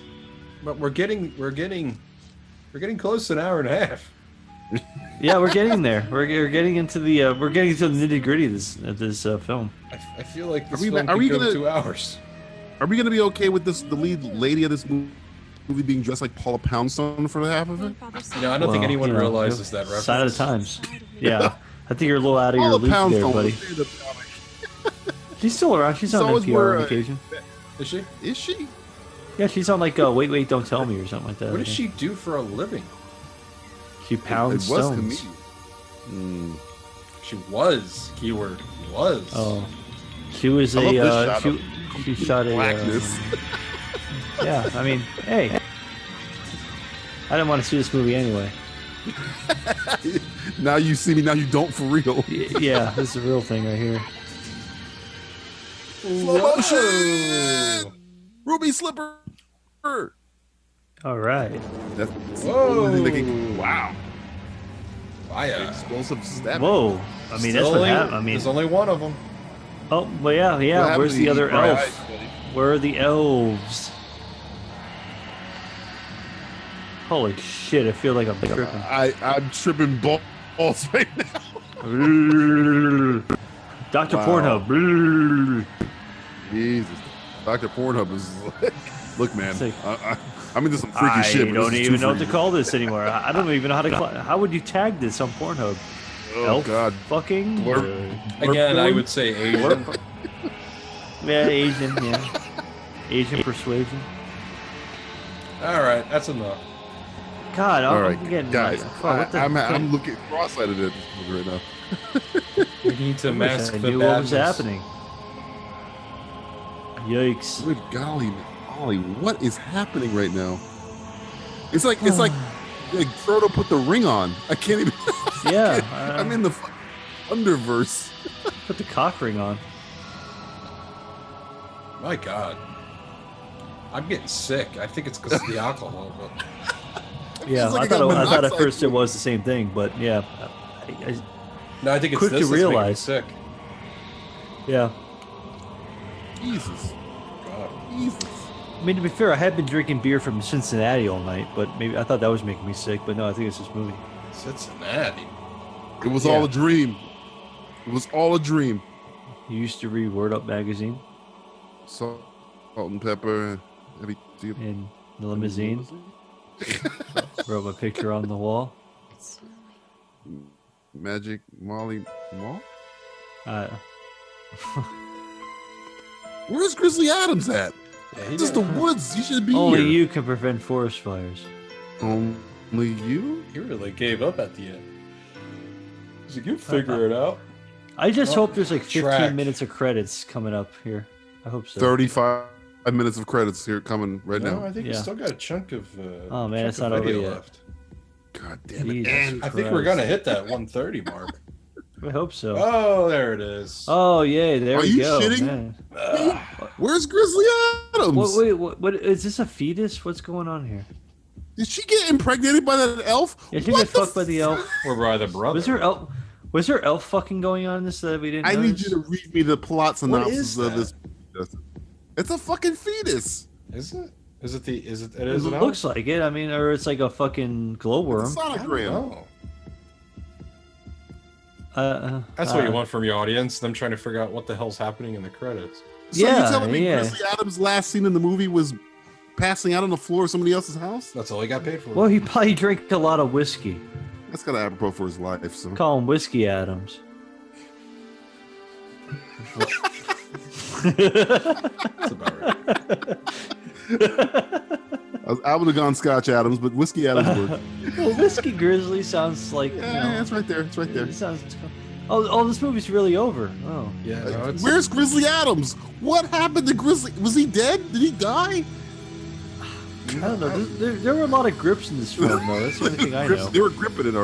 but we're getting, we're getting, we're getting close to an hour and a half. yeah, we're getting there. We're, we're getting into the uh, we're getting into the nitty gritty of this of this uh, film. I, f- I feel like this we- film are could we go gonna- two hours. Are we gonna be okay with this? The lead lady of this mo- movie being dressed like Paula Poundstone for half of it. You know, I don't think Well, anyone you know, realizes that reference. Sign of the times. Yeah, I think you're a little out of your Paula league there, Poundstone, buddy. was the stand-up comic. She's still around. She's She's on always NPR wore on a- occasion. Is she? Is she? Yeah, she's on like uh, Wait, Wait, Don't Tell Me or something like that. What I does she think. do for a living? She pounds it was stones. comedian. Hmm. She was keyword was. Oh, she was I love a this uh, shot of she, she shot a. Uh, Blackness. yeah, I mean, hey, I didn't want to see this movie anyway. now you see me. Now you don't for real. Y- Yeah, this is a real thing right here. Slow motion. Oh, Ruby slipper. All right. That's the Whoa. only thing they can- wow. Fire. Explosive stab. Whoa. I mean, that's Still what only- happened. I mean, there's only one of them. oh, well, yeah, What yeah. happened Where's to E the you, other Brian? elf? Where are the elves? Holy shit! I feel like I'm tripping. I I'm tripping balls right now. Doctor Wow. Pornhub. Jesus, Doctor Pornhub is. Look, man, Sick. I, I, I'm into some freaky I shit. but don't this is even too know what to freaky. call this anymore. I I don't even know how to. Call, how would you tag this on Pornhub? Oh Elf God. fucking Blurp. Again, I Blurp. would say Asian. yeah, Asian, yeah, Asian persuasion. All right, that's enough. God, I'm, All I'm right, getting guys, like, fuck, I, what the I'm, fuck? I'm looking cross-eyed at this right now. We need to I wish mask I the knew what was badness. happening. Yikes! Good golly, man. golly, what is happening right now? It's like it's like, like Frodo put the ring on. I can't even. Yeah, I'm uh, in the fucking underverse. put the cock ring on. My God, I'm getting sick. I think it's because of the alcohol. But Yeah, like I I got thought it, I thought at monoxide first it was the same thing, but yeah, I, no, I think it's Quick this to that's making me realize. sick. I, yeah. Jesus, God. Jesus. I mean, to be fair, I had been drinking beer from Cincinnati all night, but maybe I thought that was making me sick. But no, I think it's this movie. Cincinnati. It was Yeah. all a dream. It was all a dream. You used to read Word Up magazine Salt, salt and pepper. and Every, do you- in the limousine. Wrote my picture on the wall. Magic Molly Mall. Uh, Where's Grizzly Adams at? Yeah, he This is the did- woods. You should be only here. you can prevent forest fires. Only you. He really gave up at the end. He's Uh, like, you figure it out. I just Well, hope there's like 15 track. minutes of credits coming up here. I hope so. Thirty-five minutes of credits here coming right No, now. I think we Yeah. still got a chunk of. Uh, Oh, man, chunk it's of not over video yet. left. God damn it. Jesus And I think we're Christ. gonna hit that 130 mark. I hope so. Oh, there it is. Oh yay! There Are we you go. shitting? man. Where's Grizzly Adams? What, wait, what, what is this? A fetus? What's going on here? Did she get impregnated by that elf? Yeah, she What got the fucked by the f- elf. We're by the brother. Was there elf? Was there elf fucking going on in this that we didn't? I need notice? you to read me the plot synopsis is of that? this. It's a fucking fetus. Is it? Is it the? Is it? It It, is. an owl? looks like it. I mean, or it's like a fucking glowworm. It's a sonogram. Oh. Uh, uh, That's what you uh, want from your audience. Them trying to figure out what the hell's happening in the credits. So you telling me Grizzly Adams' last scene in the movie was passing out on the floor of somebody else's house? That's all he got paid for. Well, he probably drank a lot of whiskey. That's kind of apropos for his life. So Call him Whiskey Adams. That's about right. I, was- I would have gone Scotch Adams, but Whiskey Adams worked. well, Whiskey Grizzly sounds like. Yeah, it's right there. It's right there. It sounds. Oh, oh, this movie's really over. Oh, yeah. Where's Grizzly Adams? What happened to Grizzly? Was he dead? Did he die? I don't know. There, there, there were a lot of grips in this film, though. That's the only thing I Grips- know. They were gripping it all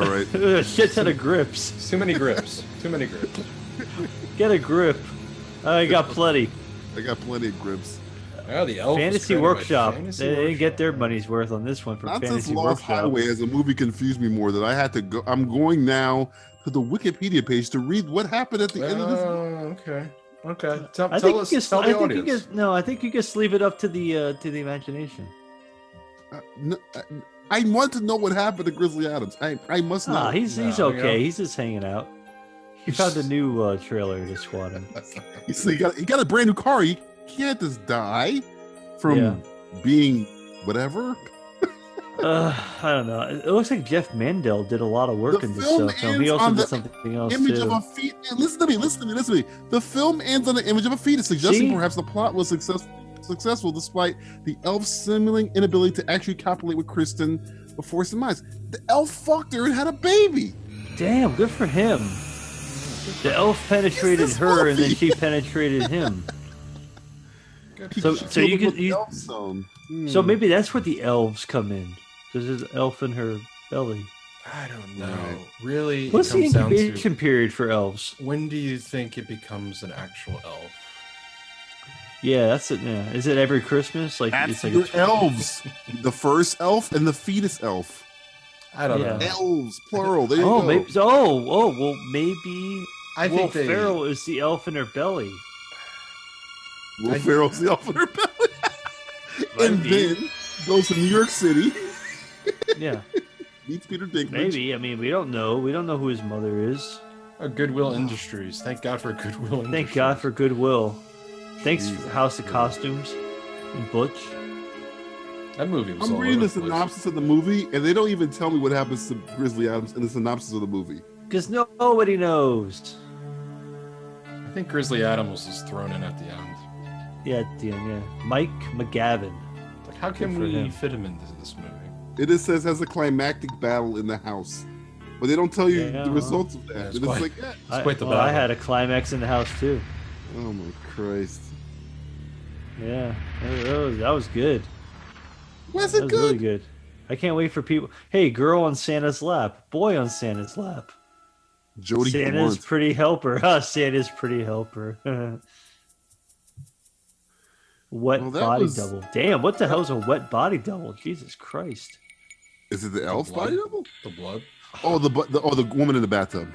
right. Shit ton of grips. Too many grips. Too many grips. Get a grip. I got plenty. I got plenty of grips. Oh, the elf was Fantasy created by Workshop. Fantasy they didn't get their money's worth on this one for Not since Fantasy Lost Workshop. Highway as a movie confused me more than I had to go. I'm going now to the Wikipedia page to read what happened at the end of this. Oh, okay. Okay. Tell, I tell think us. you just, tell I the think you audience. just no. I think you just leave it up to the uh, to the imagination. No, I, Uh, I want to know what happened to Grizzly Adams. I, I must know. Nah, Ah, he's he's okay. He's just hanging out. He found a new uh, trailer to squat in. He's, he, got, he got a brand new car. He can't just die from Yeah. being whatever. Uh, I don't know. It it looks like Jeff Mandel did a lot of work in this film uh, film. ends He also on did the something else image too. of a fetus. Listen to me. Listen to me. Listen to me. The film ends on the image of a fetus, suggesting See? perhaps the plot was successful, successful despite the elf's seeming inability to actually copulate with Kristen before his demise. The elf fucked her and had a baby. Damn, good for him. The elf penetrated her, and then she penetrated him. So, so you Filled could, with you, elf zone. so Hmm. maybe that's where the elves come in, because there's an elf in her belly. I don't know. Really, What's it the comes down incubation to period for elves? when do you think it becomes an actual elf? Yeah, that's it. Yeah. Is it every Christmas? Like it's like Your elves, the first elf and the fetus elf. I don't Yeah. know. Elves, plural. There you oh, go. maybe. Oh, oh, well, maybe. I Will think they- Ferrell is the elf in her belly. Will I- Ferrell's the elf in her belly. and be. then goes to New York City, Yeah, meets Peter Dinklage. maybe. I mean, we don't know. We don't know who his mother is. A Goodwill Industries. Thank God for Goodwill. Thank God for Goodwill. Thanks, House of Costumes and Butch. That movie I'm reading the synopsis of the movie, and they don't even tell me what happens to Grizzly Adams in the synopsis of the movie. Because nobody knows. I think Grizzly Adams was thrown in at the end. Yeah, at the end, yeah. Mike McGavin. Like, how Good can for we him. fit him into this movie? It just says has a climactic battle in the house, but they don't tell you Yeah, the well. results of that. Yeah, it's They're just quite- like, eh. I, quite the well, I battle. had a climax in the house too. oh my Christ, Yeah, that that was, that was good. was That it was good? really good. I can't wait for people. Hey, girl on Santa's lap, boy on Santa's lap. Jody Santa's Blunt. pretty helper. Huh, Santa's pretty helper. wet Well, that body was- double. Damn, what the hell's a wet body double? Jesus Christ. Is it the elf blood? body double? The blood. Oh, the, bu- the oh the woman in the bathtub.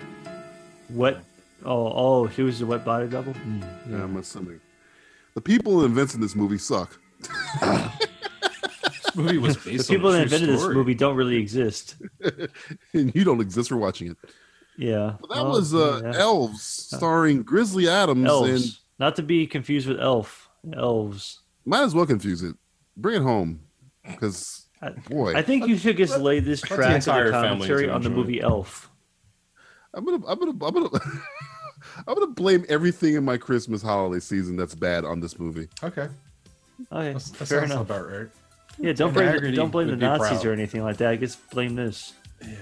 What? Oh, oh, she was a wet body double. Hmm, Yeah, I'm assuming. The people and events in this movie suck. This movie was The based on people a that true invented this story. movie don't really exist. and you don't exist for watching it. Yeah. Well, that was uh, yeah. Elves, starring Grizzly Adams, Elves. and Not to be confused with elf. Elves. might as well confuse it. Bring it home, because boy, I think you should just lay this the track of entire the family commentary to on the enjoy it. movie Elf. I'm gonna, I'm gonna, I'm gonna, I'm gonna blame everything in my Christmas holiday season that's bad on this movie. Okay. Okay, That's, that fair sounds enough. about right. Yeah, don't And blame the, Haggerty don't blame the would be Nazis proud. or anything like that. Just blame this.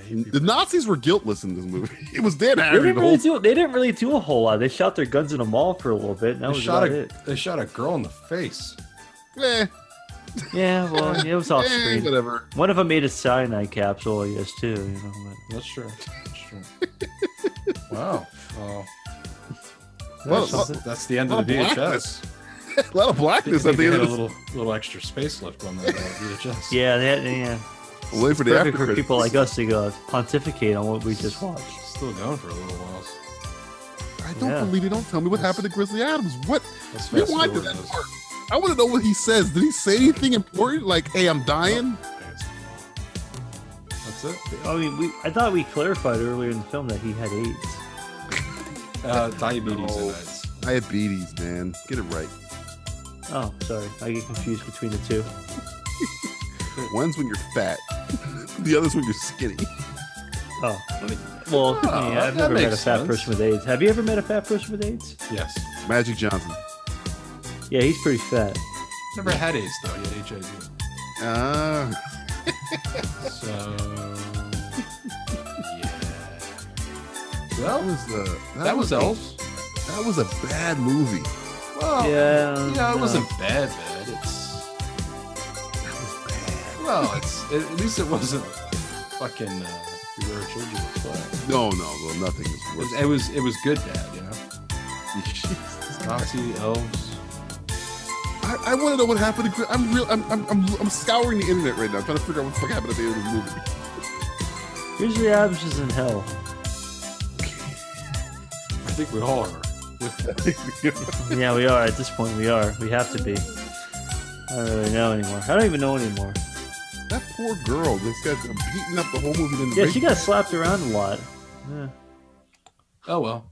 The Nazis were guiltless in this movie. It was Dan They Haggerty. didn't, The really whole do, they didn't really do a whole lot. They shot their guns in a mall for a little bit. And They that was shot about a it. they shot a girl in the face. eh, Yeah, well, it was off Eh, screen. whatever. One of them made a cyanide capsule, I guess, too. You know, That's true. That's true. wow. Well, Well, that's, well, that's the end of the well, VHS. a lot of blackness I at think the they had end of a this. little little extra space left on that uh, VHS. yeah, that, yeah. Wait for Perfect the after for people credits. like us to go pontificate on what we just watched. Still going for a little while. I don't Yeah. believe you. Don't tell me what happened to Grizzly Adams. What? Let's fast Rewind to forward that this. part. I want to know what he says. Did he say anything important? Like, hey, I'm dying? That's it. I mean, we, I thought we clarified earlier in the film that he had AIDS. Uh, diabetes and AIDS. Diabetes, man. Get it right. Oh, sorry. I get confused between the two. One's when you're fat, the other's when you're skinny. Oh. Well, oh, yeah, I've never met a fat person with AIDS. Have you ever met a fat person with AIDS? Yes. Magic Johnson. Yeah, he's pretty fat. Never had AIDS though. You had HIV. Ah. So that was the that was Elf. That was a bad movie. well, Yeah, yeah, no. it wasn't bad. Bad. It's well, it's at least it wasn't fucking. Uh, we were children. But No, no, well, nothing is it worse. was, it was it was good bad. You know. Nazi elves. I, I want to know what happened to. Gri- I'm real. I'm, I'm, I'm, I'm scouring the internet right now, trying to figure out what the fuck happened at the end of the movie. Usually Adams is in hell. I think we all are. yeah, we are. At this point, we are. We have to be. I don't really know anymore. I don't even know anymore. That poor girl just uh, got beaten up the whole movie. Then Yeah, she got slapped around a lot. Yeah. Oh well.